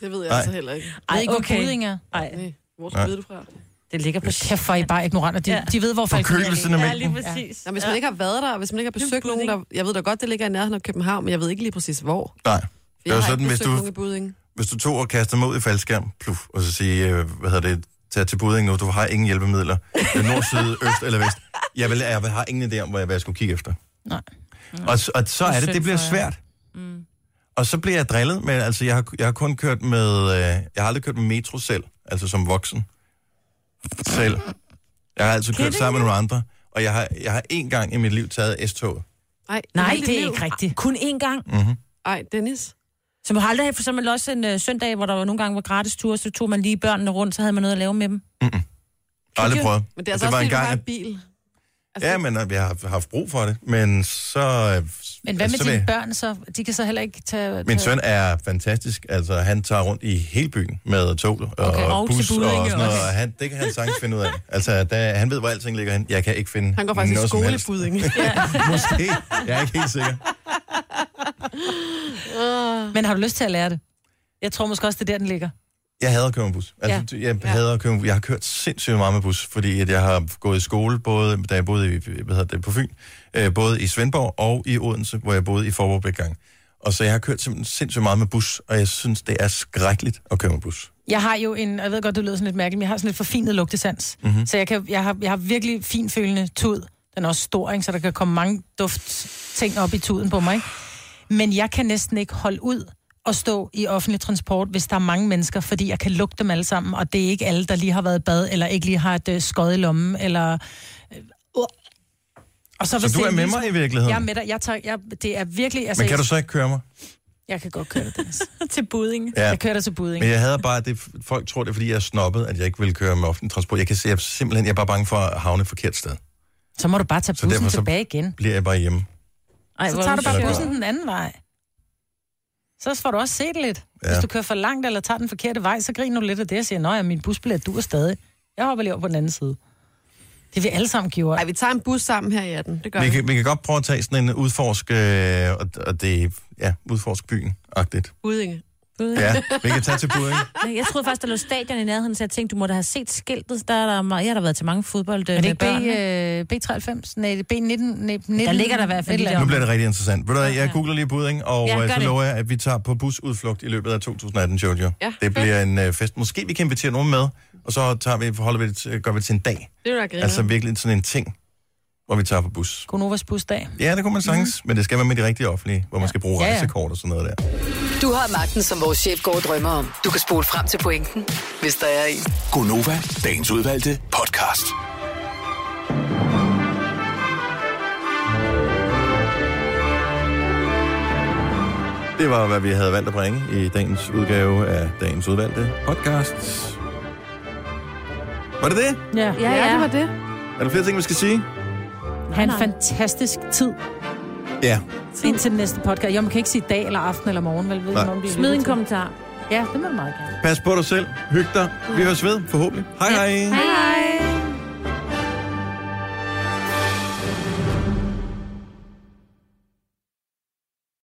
Speaker 4: det ved jeg
Speaker 1: Nej.
Speaker 4: altså heller ikke.
Speaker 2: Ej, ikke, hvor
Speaker 3: okay.
Speaker 2: Budinge er.
Speaker 4: Nej. Hvor
Speaker 1: Nej.
Speaker 4: skal vide det fra?
Speaker 2: Det ligger på
Speaker 3: Kæft, hvor er I bare ignorante. De, ja. de ved, hvor Falconer
Speaker 1: Forkølelsen er
Speaker 3: Allé er.
Speaker 1: med. Ja, lige
Speaker 2: præcis.
Speaker 4: Nå, hvis man ikke har været der, og hvis man ikke har besøgt nogen, der... Jeg ved da godt, det ligger i nærheden af København, men jeg ved ikke lige præcis, hvor. For
Speaker 1: Nej. Det
Speaker 4: jeg
Speaker 1: er jo
Speaker 4: har
Speaker 1: sådan,
Speaker 4: ikke
Speaker 1: hvis
Speaker 4: besøgt nogen i
Speaker 1: du,
Speaker 4: Buding.
Speaker 1: hvis du tog og kastede mig ud i faldskærm, pluf, og så sige, øh, hvad hedder det, tag til Budinge nu, du har ingen hjælpemidler. Øh, Nord, syd, øst eller vest. Jeg, vil, jeg har ingen idé om, hvor jeg, hvad jeg skulle kigge efter.
Speaker 3: Nej.
Speaker 1: Og, s- og så er det,
Speaker 2: synd
Speaker 1: det bliver
Speaker 2: for jer.
Speaker 1: svært.
Speaker 4: Mm.
Speaker 1: Og så bliver jeg drillet, men altså, jeg har, jeg har kun kørt med, øh, jeg har aldrig kørt med metro selv, altså som voksen. Selv. Jeg har altid kørt sammen med nogle andre, og jeg har, jeg har én gang i mit liv taget S-toget. Mhm.
Speaker 4: Ej,
Speaker 2: Nej,
Speaker 4: hele
Speaker 2: det
Speaker 4: liv.
Speaker 2: er ikke rigtigt. Kun én gang.
Speaker 1: Mm-hmm.
Speaker 4: Ej, Dennis.
Speaker 2: Så man har aldrig for eksempel også en øh, søndag, hvor der var nogle gange var gratis tur, så tog man lige børnene rundt, så havde man noget at lave med dem.
Speaker 1: Aldrig prøvet.
Speaker 4: Men det er altså
Speaker 1: Og var
Speaker 4: også, fordi du har
Speaker 1: at-
Speaker 4: en bil.
Speaker 1: Ja, men øh, jeg har haft brug for det, men så... øh,
Speaker 3: Men hvad med
Speaker 1: så vil-
Speaker 3: dine børn så? De kan så heller ikke tage...
Speaker 1: Min
Speaker 3: tage-
Speaker 1: søn er fantastisk. Altså, han tager rundt i hele byen med tog og
Speaker 3: Okay, og til
Speaker 1: bus og,
Speaker 3: Budinge
Speaker 1: sådan noget.
Speaker 3: også.
Speaker 1: Og han, det kan han sagtens finde ud af. Altså, der, han ved, hvor alting ligger hen. Jeg kan ikke finde
Speaker 4: Han går faktisk i
Speaker 1: noget som
Speaker 4: skole i
Speaker 1: helst.
Speaker 4: Buding.
Speaker 1: Måske. Jeg er ikke helt sikker.
Speaker 3: Men har du lyst til at lære det? Jeg tror måske også, det er der, den ligger.
Speaker 1: Jeg hader at køre med bus. Altså, ja. Jeg hader at køre med, Jeg har kørt sindssygt meget med bus, fordi at jeg har gået i skole, både, da jeg boede i, hvad hedder det, på Fyn, øh, både i Svendborg og i Odense, hvor jeg boede i Forborg gang. Og så jeg har kørt simpelthen sindssygt meget med bus, og jeg synes, det er skrækkeligt at køre med bus.
Speaker 3: Jeg har jo en, og jeg ved godt, det lyder sådan lidt mærkeligt, men jeg har sådan lidt forfinet lugtesans.
Speaker 1: Mhm.
Speaker 3: Mm-hmm. Så jeg, kan, jeg, har, jeg har virkelig finfølende tud. Den er også stor, ikke? så der kan komme mange duftting op i tuden på mig. Ikke? Men jeg kan næsten ikke holde ud og stå i offentlig transport, hvis der er mange mennesker, fordi jeg kan lugte dem alle sammen, og det er ikke alle, der lige har været i bad, eller ikke lige har et øh, skod i lommen, eller... Øh, uh. og
Speaker 1: Så
Speaker 3: hvis
Speaker 1: du
Speaker 3: det
Speaker 1: er med
Speaker 3: en lille
Speaker 1: mig i
Speaker 3: smule-
Speaker 1: virkeligheden?
Speaker 3: Jeg er med dig. Jeg tager, jeg, det er virkelig... altså,
Speaker 1: Men kan du så ikke køre mig?
Speaker 3: Jeg kan godt køre det, Dennis.
Speaker 2: til Budinge.
Speaker 1: Ja.
Speaker 3: Jeg kører dig til Budinge.
Speaker 1: Men jeg havde bare, det, folk tror det, er, fordi jeg er snobbet, at jeg ikke vil køre med offentlig transport. Jeg kan se, jeg er simpelthen jeg er bare bange for at havne et forkert sted.
Speaker 3: Så må du bare tage
Speaker 1: Så
Speaker 3: bussen
Speaker 1: derfor så-
Speaker 3: tilbage igen.
Speaker 1: Bliver jeg bare hjemme.
Speaker 2: Ej,
Speaker 3: så
Speaker 2: hvor
Speaker 3: tager
Speaker 2: er
Speaker 3: du
Speaker 2: det
Speaker 3: bare
Speaker 1: sjovt.
Speaker 3: bussen den anden vej. Så får du også set lidt. Ja. Hvis du kører for langt eller tager den forkerte vej, så griner du lidt af det og siger, nej, min busbillet dur stadig. Jeg hopper lige over på den anden side. Det vi alle sammen gjorde.
Speaker 4: Nej, vi tager en bus sammen her i 18. Det gør
Speaker 1: Vi
Speaker 4: vi.
Speaker 1: kan, vi kan godt prøve at tage sådan en udforsk, øh, og, og det, ja, udforsk byen-agtigt.
Speaker 4: Budinge.
Speaker 1: Ja, vi kan tage til Budding.
Speaker 2: Nej, Jeg troede faktisk, der lå stadion i nærheden, så jeg tænkte, du måtte have set skiltet. Der er der, meget- jeg har da været til mange fodbold
Speaker 3: Er
Speaker 2: øh,
Speaker 3: det
Speaker 2: med
Speaker 3: ikke B,
Speaker 2: børn.
Speaker 3: øh, B93? Nej, det er B19. Nej, 19,
Speaker 2: Der ligger der i hvert fald
Speaker 3: et eller
Speaker 1: Nu
Speaker 3: andet.
Speaker 1: bliver det rigtig interessant. Ved du hvad, jeg googler lige Budding, og
Speaker 3: Ja,
Speaker 1: ja,
Speaker 3: gør
Speaker 1: så
Speaker 3: det.
Speaker 1: lover jeg, at vi tager på busudflugt i løbet af 2018, Jojo.
Speaker 4: Ja.
Speaker 1: Det bliver en øh, fest. Måske vi kan invitere nogen med, og så tager vi, holder vi det, til- gør vi det til en dag.
Speaker 4: Det er jo da griner.
Speaker 1: Altså virkelig sådan en ting, hvor vi tager på bus.
Speaker 3: Konovas busdag.
Speaker 1: Ja, det kunne man sagtens, mm. men det skal være med de rigtige offentlige, hvor man skal bruge
Speaker 6: Ja, ja.
Speaker 1: rejsekort og sådan noget der.
Speaker 6: Du har magten, som vores chef går og drømmer om. Du kan spole frem til pointen, hvis der er en.
Speaker 5: Gonova, dagens udvalgte podcast.
Speaker 1: Det var, hvad vi havde valgt at bringe i dagens udgave af dagens udvalgte podcast. Var det det?
Speaker 3: Ja,
Speaker 4: ja, ja, det var det.
Speaker 1: Er der flere ting, vi skal sige?
Speaker 3: Ha' en fantastisk tid
Speaker 1: Ja.
Speaker 3: indtil den næste podcast. Jo, man kan ikke sige dag eller aften eller morgen, vel?
Speaker 1: Nej.
Speaker 3: Ved, hvornår det bliver
Speaker 2: Smid en
Speaker 3: lyttet til.
Speaker 2: kommentar.
Speaker 3: Ja, det må du meget gerne.
Speaker 1: Pas på dig selv. Hyg dig. Vi høres ved, forhåbentlig. Hej hej.
Speaker 3: Hej, hej.